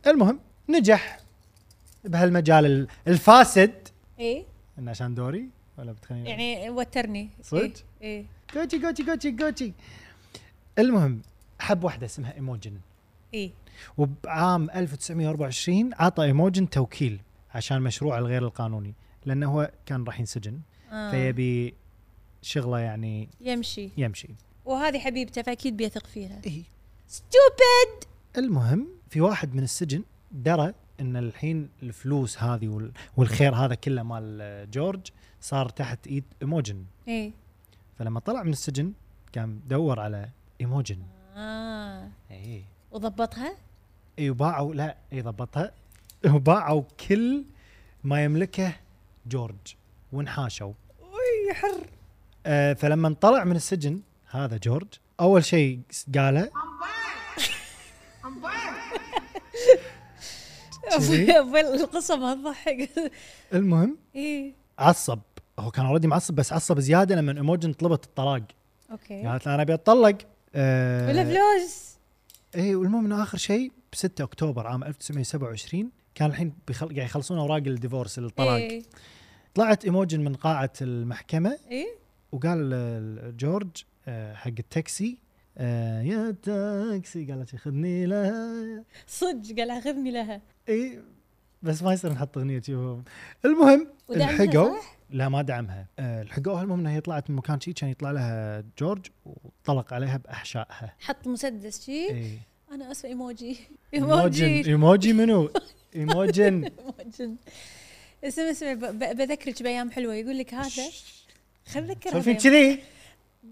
A: المهم نجح بهالمجال ال- الفاسد
B: ايه
A: إن عشان دوري ولا بتخليني
B: يعني وترني
A: إيه. صدق؟
B: ايه, إيه.
A: جوتشي جوتشي جوتشي جوتشي المهم حب واحده اسمها ايموجن
B: إيه.
A: وبعام 1924 عطى ايموجن توكيل عشان مشروع الغير القانوني لانه هو كان راح ينسجن
B: آه.
A: فيبي شغله يعني
B: يمشي
A: يمشي
B: وهذه حبيبته فاكيد بيثق فيها
A: إيه.
B: ستوبد
A: المهم في واحد من السجن درى ان الحين الفلوس هذه وال- والخير هذا كله مال جورج صار تحت ايد ايموجن
B: ايه
A: فلما طلع من السجن قام دور على ايموجن
B: اه
A: اي
B: وضبطها
A: اي وباعوا أيوة، لا اي ضبطها وباعوا كل ما يملكه جورج وانحاشوا
B: إيه،
A: وي حر آه فلما طلع من السجن هذا جورج اول شيء قاله كذي.
B: أبوي القصه ما تضحك
A: المهم
B: ايه
A: عصب هو كان اوريدي معصب بس عصب زياده لما ايموجن طلبت الطلاق
B: اوكي
A: قالت لها انا ابي اتطلق آه
B: ولا فلوس
A: اي والمهم انه اخر شيء ب 6 اكتوبر عام 1927 كان الحين بيخل... قاعد يخلصون اوراق الديفورس الطلاق
B: ايه
A: طلعت ايموجن من قاعه المحكمه
B: ايه
A: وقال آه، جورج آه، حق التاكسي آه، يا تاكسي قالت لي خذني لها
B: صدق قال اخذني لها
A: اي بس ما يصير نحط اغنيه شي هو. المهم
B: ودعمها
A: الحقوا لا ما دعمها آه، الحقوها المهم انها هي طلعت من مكان شي كان يطلع لها جورج وطلق عليها إيه. باحشائها
B: حط مسدس شي
A: إي.
B: انا اسوي ايموجي
A: ايموجن
B: ايموجي
A: ايموجي منو؟ ايموجن
B: ايموجن اسمع اسمع ب- ب- بذكرك بايام حلوه يقول لك هذا خل ذكرها
A: سولفين
B: بأيام-
A: كذي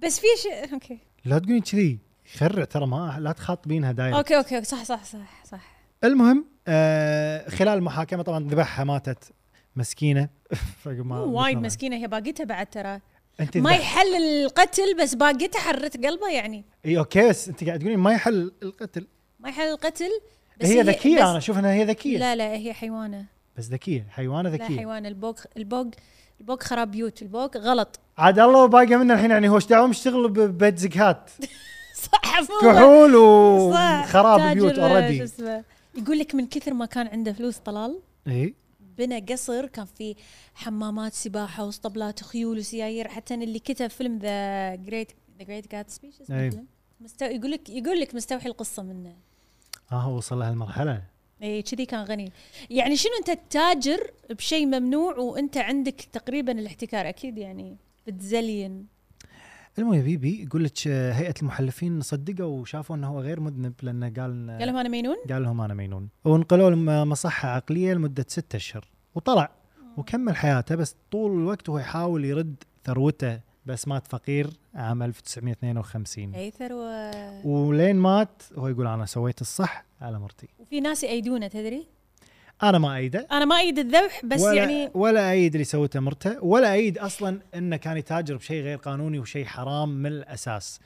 B: بس في شيء اوكي
A: لا تقولين كذي خرع ترى ما لا تخاطبينها دايركت
B: اوكي اوكي صح صح صح صح
A: المهم آه خلال المحاكمه طبعا ذبحها ماتت مسكينه فما-
B: وايد
A: ما-
B: مسكينه هي باقيتها بعد ترى
A: انت
B: ما
A: ما
B: يحل القتل بس باقيته حرت قلبه يعني
A: اي اوكي بس انت قاعد تقولين ما يحل القتل
B: ما يحل القتل بس
A: هي ذكيه
B: بس-
A: انا اشوف انها هي ذكيه
B: لا لا هي حيوانه
A: بس ذكيه حيوانه
B: لا
A: ذكيه
B: حيوانه البوق البوق البوق خراب بيوت البوق غلط
A: عاد الله وباقي منه الحين يعني هو ايش دعوه مشتغل ببيت زكهات
B: صح مو
A: كحول
B: صح،
A: وخراب
B: تاجر،
A: بيوت
B: شو
A: اوريدي
B: اسمه. يقول لك من كثر ما كان عنده فلوس طلال
A: اي
B: بنى قصر كان فيه حمامات سباحه واسطبلات وخيول وسيايير حتى اللي كتب فيلم ذا جريت ذا جريت جاتسبي شو اسمه
A: أي.
B: الفيلم؟ مستو... يقول لك يقول لك مستوحي القصه منه
A: ها هو آه، وصل لهالمرحله
B: اي إيه، كذي كان غني يعني شنو انت تتاجر بشيء ممنوع وانت عندك تقريبا الاحتكار اكيد يعني بتزلين
A: المهم يا بيبي يقول لك آه، هيئه المحلفين صدقوا وشافوا انه هو غير مذنب لانه قال
B: قال لهم انا مينون
A: قال لهم انا مينون وانقلوا له مصحه عقليه لمده ستة اشهر وطلع وكمل حياته بس طول الوقت وهو يحاول يرد ثروته بس مات فقير عام 1952
B: اي ثروه
A: ولين مات هو يقول انا سويت الصح على مرتي
B: وفي ناس يأيدونه تدري
A: انا ما ايده
B: انا ما أيد الذبح بس
A: ولا
B: يعني
A: ولا ايد اللي سوته مرته ولا ايد اصلا انه كان يتاجر بشيء غير قانوني وشيء حرام من الاساس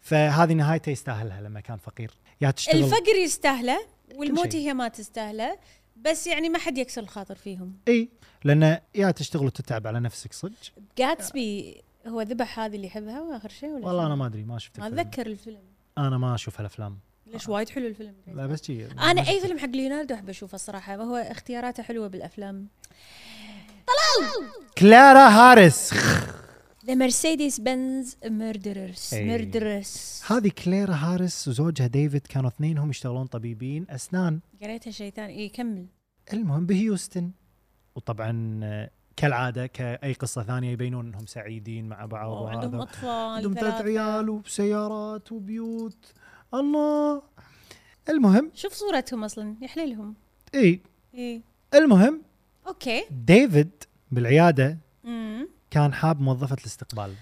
A: فهذه نهايته يستاهلها لما كان فقير يا تشتغل
B: الفقر يستاهله والموت
A: شيء.
B: هي ما تستاهله بس يعني ما حد يكسر الخاطر فيهم
A: اي لانه يا تشتغل وتتعب على نفسك صدق
B: جاتسبي هو ذبح هذه اللي يحبها واخر شيء ولا
A: والله
B: شنو؟
A: انا ما ادري ما شفت
B: ما
A: الفيلم.
B: اتذكر الفيلم
A: انا ما اشوف الافلام
B: ليش وايد حلو الفيلم
A: لا بس شي
B: انا اي فيلم حق ليوناردو احب اشوفه الصراحه وهو اختياراته حلوه بالافلام
A: كلارا هاريس
B: ذا مرسيدس بنز ميردررز
A: أي.
B: ميردررز
A: هذه كليرا هاريس وزوجها ديفيد كانوا اثنينهم يشتغلون طبيبين اسنان
B: قريتها شيء ثاني اي إيه، كمل
A: المهم بهيوستن وطبعا آه، كالعاده كاي قصه ثانيه يبينون انهم سعيدين مع بعض
B: عندهم
A: وهذا.
B: اطفال
A: عندهم ثلاث
B: ثلاث
A: عيال وسيارات وبيوت الله المهم
B: شوف صورتهم اصلا يحللهم إيه.
A: اي
B: اي
A: المهم
B: اوكي
A: ديفيد بالعياده
B: امم
A: كان حاب موظفه الاستقبال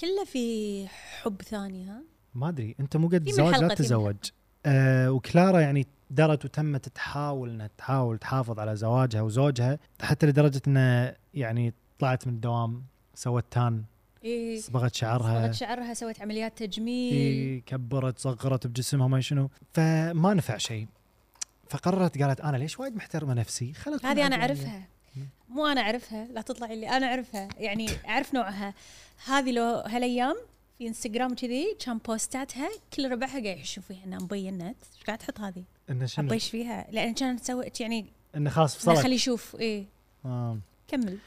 B: كله في حب ثاني ها
A: ما ادري انت مو قد
B: في من
A: الزواج لا
B: حلقة، في من
A: تتزوج آه وكلارا يعني درت وتمت تحاول انها تحاول تحافظ على زواجها وزوجها حتى لدرجه انها يعني طلعت من الدوام سوت تان
B: اي
A: صبغت شعرها إيه.
B: صبغت إيه. شعرها سوت عمليات تجميل
A: إي، كبرت صغرت بجسمها ما شنو فما نفع شيء فقررت قالت انا ليش وايد محترمه نفسي خلت
B: هذه انا اعرفها مو انا اعرفها لا تطلعي اللي انا اعرفها يعني اعرف نوعها هذه لو هالايام في انستغرام كذي كان بوستاتها كل ربعها قاعد يحشوا فيها انها مبينات ايش قاعد تحط هذه؟
A: انه شنو
B: ابيش فيها لان كانت تسوي يعني
A: انه خلاص
B: لا
A: فصلت
B: خلي يشوف ايه
A: آه.
B: كمل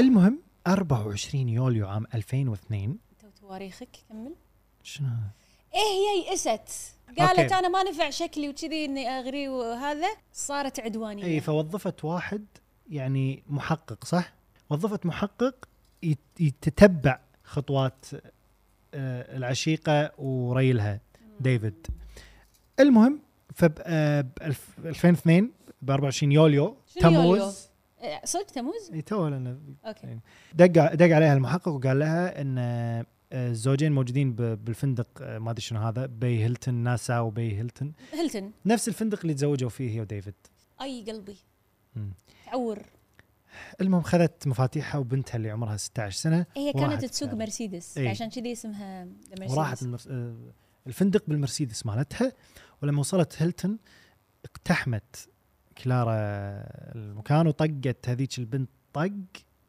A: المهم 24 يوليو عام 2002
B: تو تواريخك كمل
A: شنو هذا؟
B: ايه هي يئست قالت
A: أوكي.
B: انا ما نفع شكلي وكذي اني اغري وهذا صارت عدوانيه
A: اي إيه، فوظفت واحد يعني محقق صح؟ وظفت محقق يت- يتتبع خطوات آه، العشيقه وريلها ديفيد. المهم فب آه، ب 2002 ب 24 يوليو
B: شنو يوليو؟
A: تموز
B: آه، صدق تموز
A: اي تو لأن
B: اوكي
A: إيه. دق دق عليها المحقق وقال لها ان آه، الزوجين موجودين ب- بالفندق آه، ما ادري شنو هذا بي هيلتون ناسا وبي هيلتون
B: هيلتون
A: نفس الفندق اللي تزوجوا فيه هي وديفيد
B: اي قلبي
A: مم.
B: تعور
A: المهم خذت مفاتيحها وبنتها اللي عمرها 16 سنه
B: هي
A: وراحت
B: كانت تسوق
A: فعلا.
B: مرسيدس
A: إيه.
B: عشان كذي اسمها ذا مرسيدس
A: وراحت المرس... آه، الفندق بالمرسيدس مالتها ولما وصلت هيلتون اقتحمت كلارا المكان وطقت هذيك البنت طق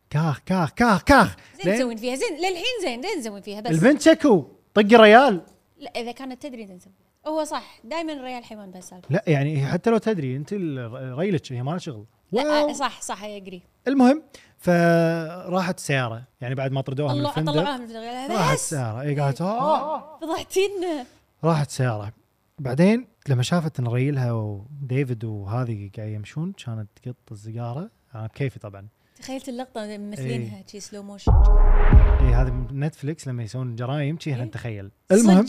A: كاخ كاخ كاخ كاخ
B: زين
A: لين-
B: تسوين فيها زين للحين زين زين تسوين فيها بس
A: البنت شكو طق ريال
B: لا اذا كانت تدري زين تسوين هو صح دائما ريال حيوان بهالسالفه
A: لا يعني هي حتى لو تدري انت ال- ريلك هي ما لها شغل
B: لا آه،
A: واو.
B: صح صح يجري
A: المهم فراحت سياره يعني بعد ما طردوها من
B: طلع
A: الفندق
B: طلعوها من الفندق. هذا
A: راحت
B: بس
A: سياره اي قالت آه.
B: فضحتينا
A: راحت سياره بعدين لما شافت ان ريلها وديفيد وهذه قاعد يمشون كانت تقط السيجاره انا بكيفي طبعا
B: تخيلت اللقطه ممثلينها
A: إيه.
B: شي سلو موشن
A: اي هذا من نتفلكس لما يسوون جرايم شي احنا نتخيل
B: صدق.
A: المهم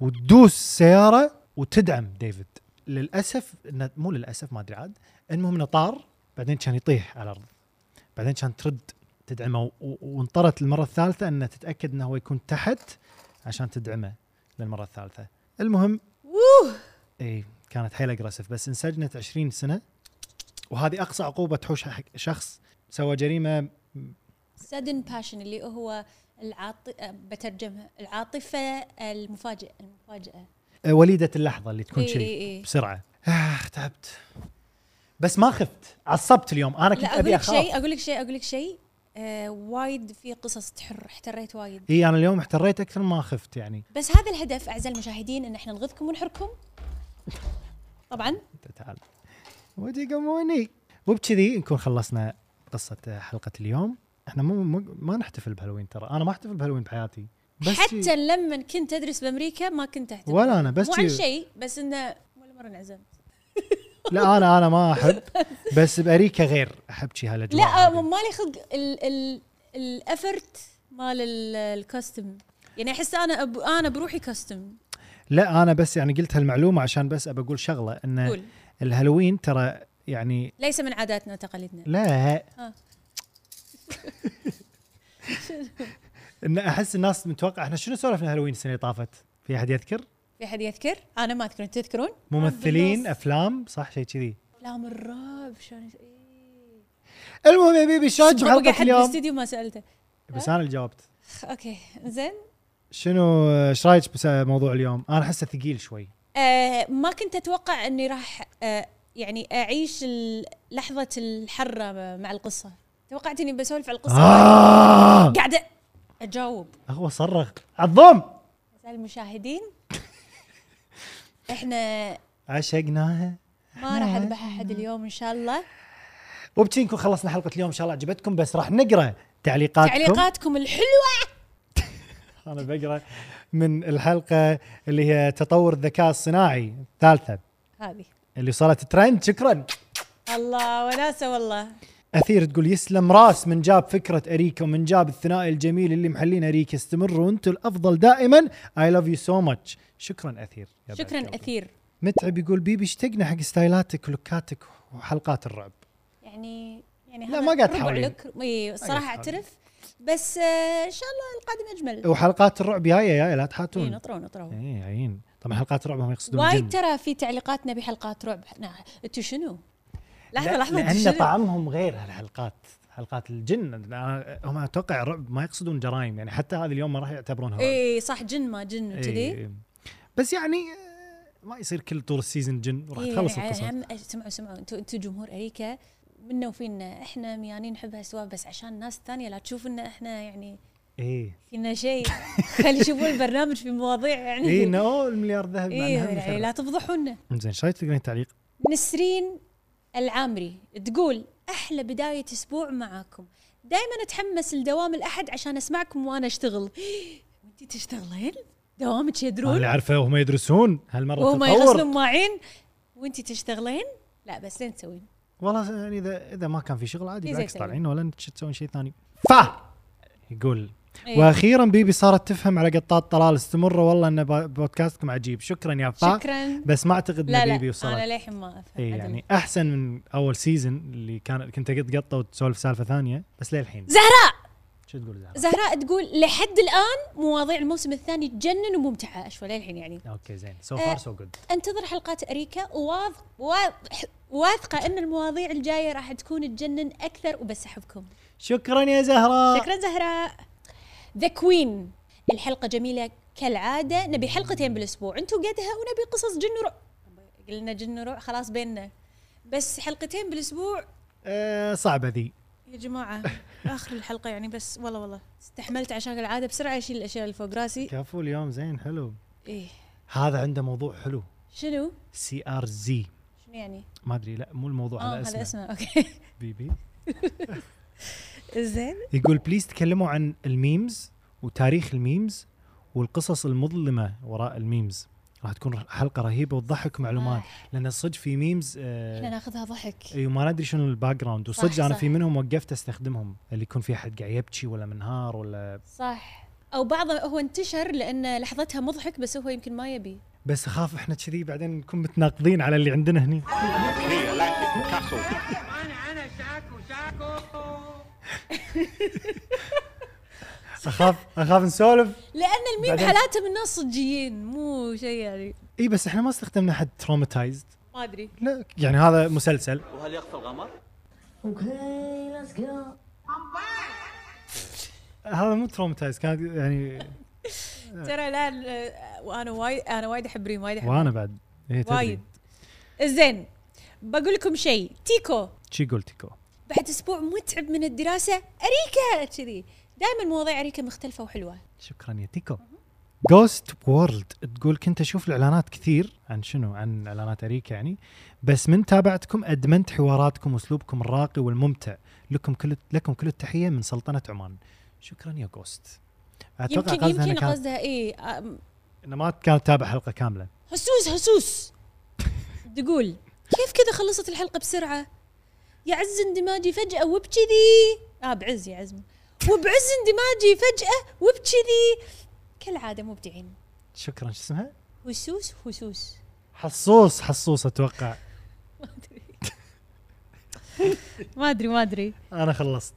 A: وتدوس سياره وتدعم ديفيد للاسف إنه- مو للاسف ما ادري عاد المهم انه طار بعدين كان يطيح على الارض بعدين كان ترد تدعمه و- و- وانطرت المره الثالثه انها تتاكد انه هو يكون تحت عشان تدعمه للمره الثالثه المهم
B: ووه
A: اي إيه، كانت حيل اجريسف بس انسجنت 20 سنه وهذه اقصى عقوبه تحوش حق شخص سوى جريمه
B: سادن باشن اللي هو العاطفه بترجمها العاطفه المفاجئه المفاجئه
A: آه، وليده اللحظه اللي تكون
B: إي
A: شيء
B: إي إي.
A: بسرعه آه تعبت بس ما خفت عصبت اليوم انا كنت
B: لا اقول
A: ابي
B: لك
A: اخاف
B: شيء اقول لك شيء اقول لك شيء آه وايد في قصص تحر احتريت وايد
A: اي انا اليوم احتريت اكثر ما خفت يعني
B: بس هذا الهدف اعزائي المشاهدين ان احنا نغثكم ونحركم طبعا
A: انت تعال ودي قموني وبكذي نكون خلصنا قصه آه، حلقه اليوم احنا مو, مو ما نحتفل بهالوين ترى انا ما احتفل بهالوين بحياتي بس شي-
B: حتى لما كنت ادرس بامريكا ما كنت احتفل
A: ولا أنا، بس
B: مو عن
A: شي-
B: شيء بس انه ولا مره انعزمت
A: لا انا انا ما احب بس باريكا غير احب شي هالاجواء
B: لا آه،
A: هذه.
B: مالي خلق ال ال الافرت مال ال- الكاستم يعني احس انا أب... انا بروحي كاستم
A: لا انا بس يعني قلت هالمعلومه عشان بس ابى اقول شغله ان
B: قول
A: الهالوين ترى يعني
B: ليس من عاداتنا وتقاليدنا
A: لا
B: آه.
A: ان احس الناس متوقع احنا شنو سولفنا هالوين السنه اللي طافت؟ في احد يذكر؟
B: في احد يذكر؟ انا ما اذكر انتم تذكرون؟
A: ممثلين
B: بالنص.
A: افلام صح شيء كذي
B: افلام الرعب شلون إيه.
A: المهم يا بيبي شلونك
B: ما بقى
A: بحلقه
B: حد
A: اليوم؟
B: بالاستديو ما سالته
A: بس انا اللي جاوبت
B: خ- اوكي زين
A: شنو ايش رايك بس- موضوع اليوم؟ انا احسه ثقيل شوي
B: آه ما كنت اتوقع اني راح آه يعني اعيش ال- لحظه الحره مع القصه توقعت اني بسولف على القصه
A: آه!
B: قاعده اجاوب
A: هو صرخ عظم
B: بس المشاهدين احنا
A: عشقناها
B: ما راح اذبح احد اليوم ان شاء الله
A: وبكذي نكون خلصنا حلقه اليوم ان شاء الله عجبتكم بس راح نقرا تعليقاتكم
B: تعليقاتكم الحلوه
A: انا بقرا من الحلقه اللي هي تطور الذكاء الصناعي الثالثه
B: هذه
A: اللي صارت ترند شكرا
B: الله وناسه والله
A: اثير تقول يسلم راس من جاب فكره اريكا ومن جاب الثنائي الجميل اللي محلين اريكا استمروا انتم الافضل دائما اي لاف يو سو ماتش شكرا اثير يا بعد
B: شكرا
A: قلبي.
B: اثير
A: متعب يقول بيبي اشتقنا حق ستايلاتك ولوكاتك وحلقات الرعب
B: يعني يعني
A: لا،
B: هذا
A: ما قاعد
B: ربع
A: تحاولين.
B: لك. إي، الصراحه
A: قاعد تحاولين.
B: اعترف بس آه، ان شاء الله القادم اجمل
A: وحلقات الرعب جايه جايه لا
B: إي،
A: تحاتون
B: نطروا نطروا
A: اي عين طبعا حلقات الرعب هم يقصدون
B: إيه، وايد
A: جن
B: ترى في تعليقاتنا بحلقات رعب نعم. انتوا شنو؟ لحظه
A: لا-
B: لحظه أنتوا
A: لان
B: شنو؟
A: طعمهم غير هالحلقات حلقات الجن أنا- هم اتوقع الرعب ما يقصدون جرائم يعني حتى هذا اليوم ما راح يعتبرونها رعب.
B: اي صح جن ما جن وكذي
A: إيه. بس يعني آه، ما يصير كل طول السيزون جن وراح
B: إيه،
A: تخلص
B: يعني
A: القصه
B: هم- سمعوا سمعوا انتوا انتوا جمهور اريكا منا وفينا احنا ميانين نحبها سوا بس عشان الناس الثانيه لا تشوف ان احنا يعني
A: ايه
B: فينا شيء خلي يشوفون البرنامج في مواضيع يعني
A: ايه نو المليار ذهب
B: إيه، يعني لا تفضحونا
A: زين شايف تقرين تعليق
B: نسرين العامري تقول احلى بدايه اسبوع معاكم دائما اتحمس لدوام الاحد عشان اسمعكم وانا اشتغل وانتي تشتغلين دوامك
A: أنا اللي
B: يدرون
A: اعرفه وهم يدرسون هالمره
B: وهم
A: تتطور
B: يغسلون ماعين وانتي تشتغلين لا بس لين تسوين
A: والله يعني اذا اذا ما كان في شغل عادي
B: إيه،
A: بالعكس
B: زين.
A: طالعين ولا انت شو تسوون شيء ثاني ف يقول
B: إيه.
A: واخيرا بيبي صارت تفهم على قطات طلال استمر والله ان با- بودكاستكم عجيب شكرا يا فا
B: شكرا
A: بس ما اعتقد
B: لا
A: ان
B: لا
A: بيبي
B: انا
A: وصلت
B: للحين ما افهم
A: اي
B: عدل.
A: يعني احسن من اول سيزون اللي كان كنت قط قطه وتسولف سالفه ثانيه بس للحين
B: زهراء
A: شو تقول زهرة؟
B: زهراء تقول لحد الان مواضيع الموسم الثاني تجنن وممتعه اشوى للحين يعني
A: اوكي زين سو
B: آه.
A: فار سو جود
B: انتظر حلقات اريكا وواثق واثق- واثقه ان المواضيع الجايه راح تكون تجنن اكثر وبسحبكم
A: شكرا يا زهره
B: شكرا زهراء ذا كوين الحلقه جميله كالعاده نبي حلقتين بالاسبوع انتم قدها ونبي قصص جن ورعب قلنا جن ورعب خلاص بيننا بس حلقتين بالاسبوع
A: آه صعبه ذي
B: يا جماعه اخر الحلقه يعني بس والله والله استحملت عشان العاده بسرعه اشيل الاشياء اللي فوق راسي
A: كفو اليوم زين حلو
B: ايه
A: هذا عنده موضوع حلو
B: شنو
A: سي ار زي
B: شنو يعني
A: ما ادري لا مو الموضوع
B: اه
A: هذا اسمه
B: هذا اسمه اوكي
A: بيبي
B: زين
A: يقول بليز تكلموا عن الميمز وتاريخ الميمز والقصص المظلمه وراء الميمز راح تكون حلقه رهيبه وتضحك معلومات
B: آه.
A: لان صدق في ميمز
B: احنا
A: آه
B: ناخذها ضحك
A: ايوه ما ندري شنو الباك جراوند
B: صح،
A: وصدق انا
B: صح.
A: في منهم وقفت استخدمهم اللي يكون في احد قاعد يبكي ولا منهار ولا
B: صح او بعضه هو انتشر لان لحظتها مضحك بس هو يمكن ما يبي
A: بس اخاف احنا كذي بعدين نكون متناقضين على اللي عندنا هني اخاف اخاف نسولف
B: لان الميم
A: بعدين-
B: حالاته من ناس صجيين مو شيء يعني
A: اي بس احنا ما استخدمنا حد تروماتايزد
B: ما ادري
A: لا يعني هذا مسلسل
E: وهل يخفى الغمر؟
C: Okay, let's go.
A: هذا مو تروماتايزد كان يعني
B: ترى لا لا، وانا وايد انا وايد احب ريم وايد احب
A: وانا بعد إيه تدري.
B: وايد. زين بقول لكم شيء تيكو
A: شي قلتكو
B: بعد اسبوع متعب من الدراسه اريكا كذي دائما مواضيع اريكا مختلفه وحلوه
A: شكرا يا تيكو جوست وورلد تقول كنت اشوف الاعلانات كثير عن شنو عن اعلانات اريكا يعني بس من تابعتكم ادمنت حواراتكم واسلوبكم الراقي والممتع لكم كل لكم كل التحيه من سلطنه عمان شكرا يا جوست اتوقع قصدها
B: يمكن
A: انها
B: يمكن
A: كانت
B: قصدها إيه، اي
A: انها ما كانت تتابع حلقه كامله
B: هسوس هسوس تقول كيف كذا خلصت الحلقه بسرعه يا عز اندماجي فجاه آه، وبكذي اه بعز يا عزم وبعز اندماجي فجاه وبكذي كالعاده مبدعين
A: شكرا شو اسمها؟
B: هسوس هسوس
A: حصوص حصوص اتوقع
B: ما ادري ما ادري ما ادري
A: انا خلصت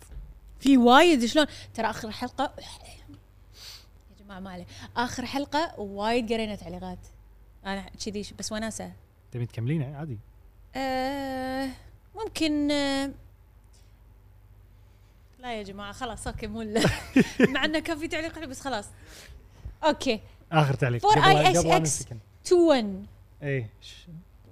B: في وايد شلون ترى اخر حلقه يا جماعه ما عليه اخر حلقه وايد قرينا تعليقات انا كذي ش- بس وناسه
A: تبي تكملينه عادي
B: آه ممكن آه لا يا جماعه خلاص اوكي مو مع انه كان في تعليق حلو بس خلاص اوكي
A: اخر تعليق
B: For
A: قبل-
B: I
A: قبل
B: S
A: إيه، أن
B: X.
A: نسكن.
B: 2 1
A: اي ش-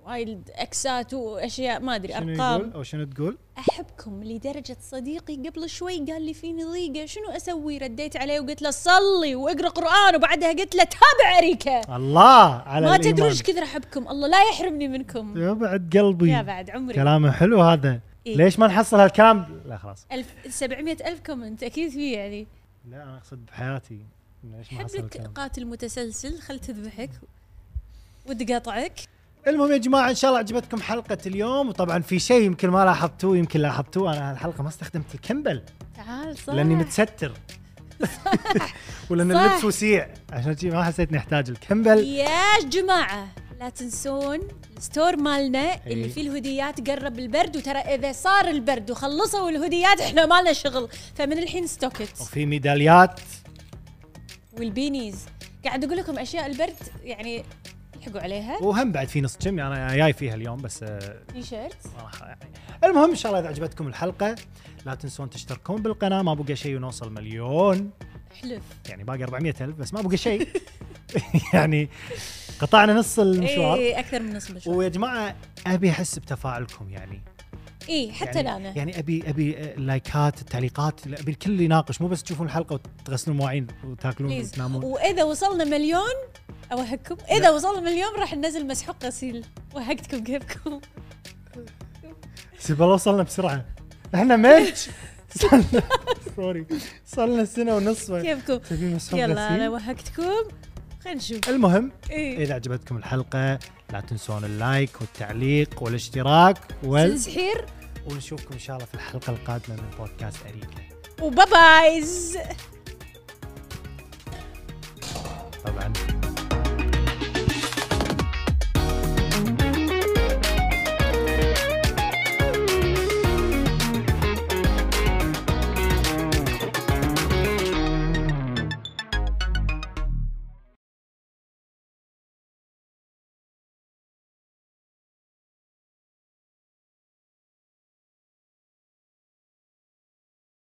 B: وايلد اكسات واشياء ما ادري
A: شنو يقول
B: ارقام
A: او شنو تقول؟
B: احبكم لدرجه صديقي قبل شوي قال لي فيني ضيقه شنو اسوي رديت عليه وقلت له صلي واقرا قران وبعدها قلت له تابع اريكه
A: الله على
B: ما
A: الإيمان.
B: تدرون ايش كثر احبكم الله لا يحرمني منكم
A: يا بعد قلبي
B: يا بعد عمري
A: كلامه حلو هذا
B: إيه.
A: ليش ما نحصل هالكلام؟ لا خلاص
B: ألف 700 ألف كومنت أكيد في يعني
A: لا انا اقصد بحياتي ليش ما
B: أحب
A: حصل
B: لك
A: الكلام؟
B: قاتل متسلسل خل تذبحك وتقاطعك
A: المهم يا جماعه ان شاء الله عجبتكم حلقه اليوم وطبعا في شيء يمكن ما لاحظتوه يمكن لاحظتوه انا هالحلقه ما استخدمت الكمبل
B: تعال صح
A: لاني متستر ولان
B: صح. إيه.
A: اللبس وسيع عشان شي ما حسيت اني احتاج الكمبل
B: يا جماعة لا تنسون الستور مالنا اللي
A: إيه.
B: فيه الهديات قرب البرد وترى إذا صار البرد وخلصوا الهديات إحنا مالنا شغل فمن الحين ستوكت
A: وفي ميداليات
B: والبينيز قاعد أقول لكم أشياء البرد يعني الحقوا عليها
A: وهم بعد في نص كم انا جاي فيها اليوم بس آه،
B: تي شيرت
A: راح يعني المهم ان شاء الله اذا عجبتكم الحلقه لا تنسون تشتركون بالقناه ما بقى شيء ونوصل مليون
B: احلف
A: يعني باقي 400 الف بس ما بقى شيء يعني قطعنا نص المشوار
B: إيه أكثر من نص مشوار
A: ويا جماعه ابي احس بتفاعلكم يعني
B: إيه حتى
A: يعني
B: لا أنا
A: يعني ابي ابي آه، لايكات التعليقات لا، ابي الكل يناقش مو بس تشوفون الحلقه وتغسلون مواعين وتاكلون
B: بليز.
A: وتنامون
B: واذا وصلنا مليون اوهقكم اذا وصلنا مليون راح ننزل مسحوق غسيل وهقتكم كيفكم
A: سيب الله وصلنا بسرعه احنا ميرج صلنا سوري صلنا سنه ونص
B: كيفكم
A: تبي مسحوق
B: يلا انا
A: غسيل؟ إيه،
B: وهقتكم خلينا نشوف
A: المهم
B: ايه
A: إذا عجبتكم الحلقة لا تنسون اللايك والتعليق والاشتراك وال...
B: تنسحير
A: ونشوفكم إن شاء الله في الحلقة القادمة من بودكاست أريكة
B: وبابايز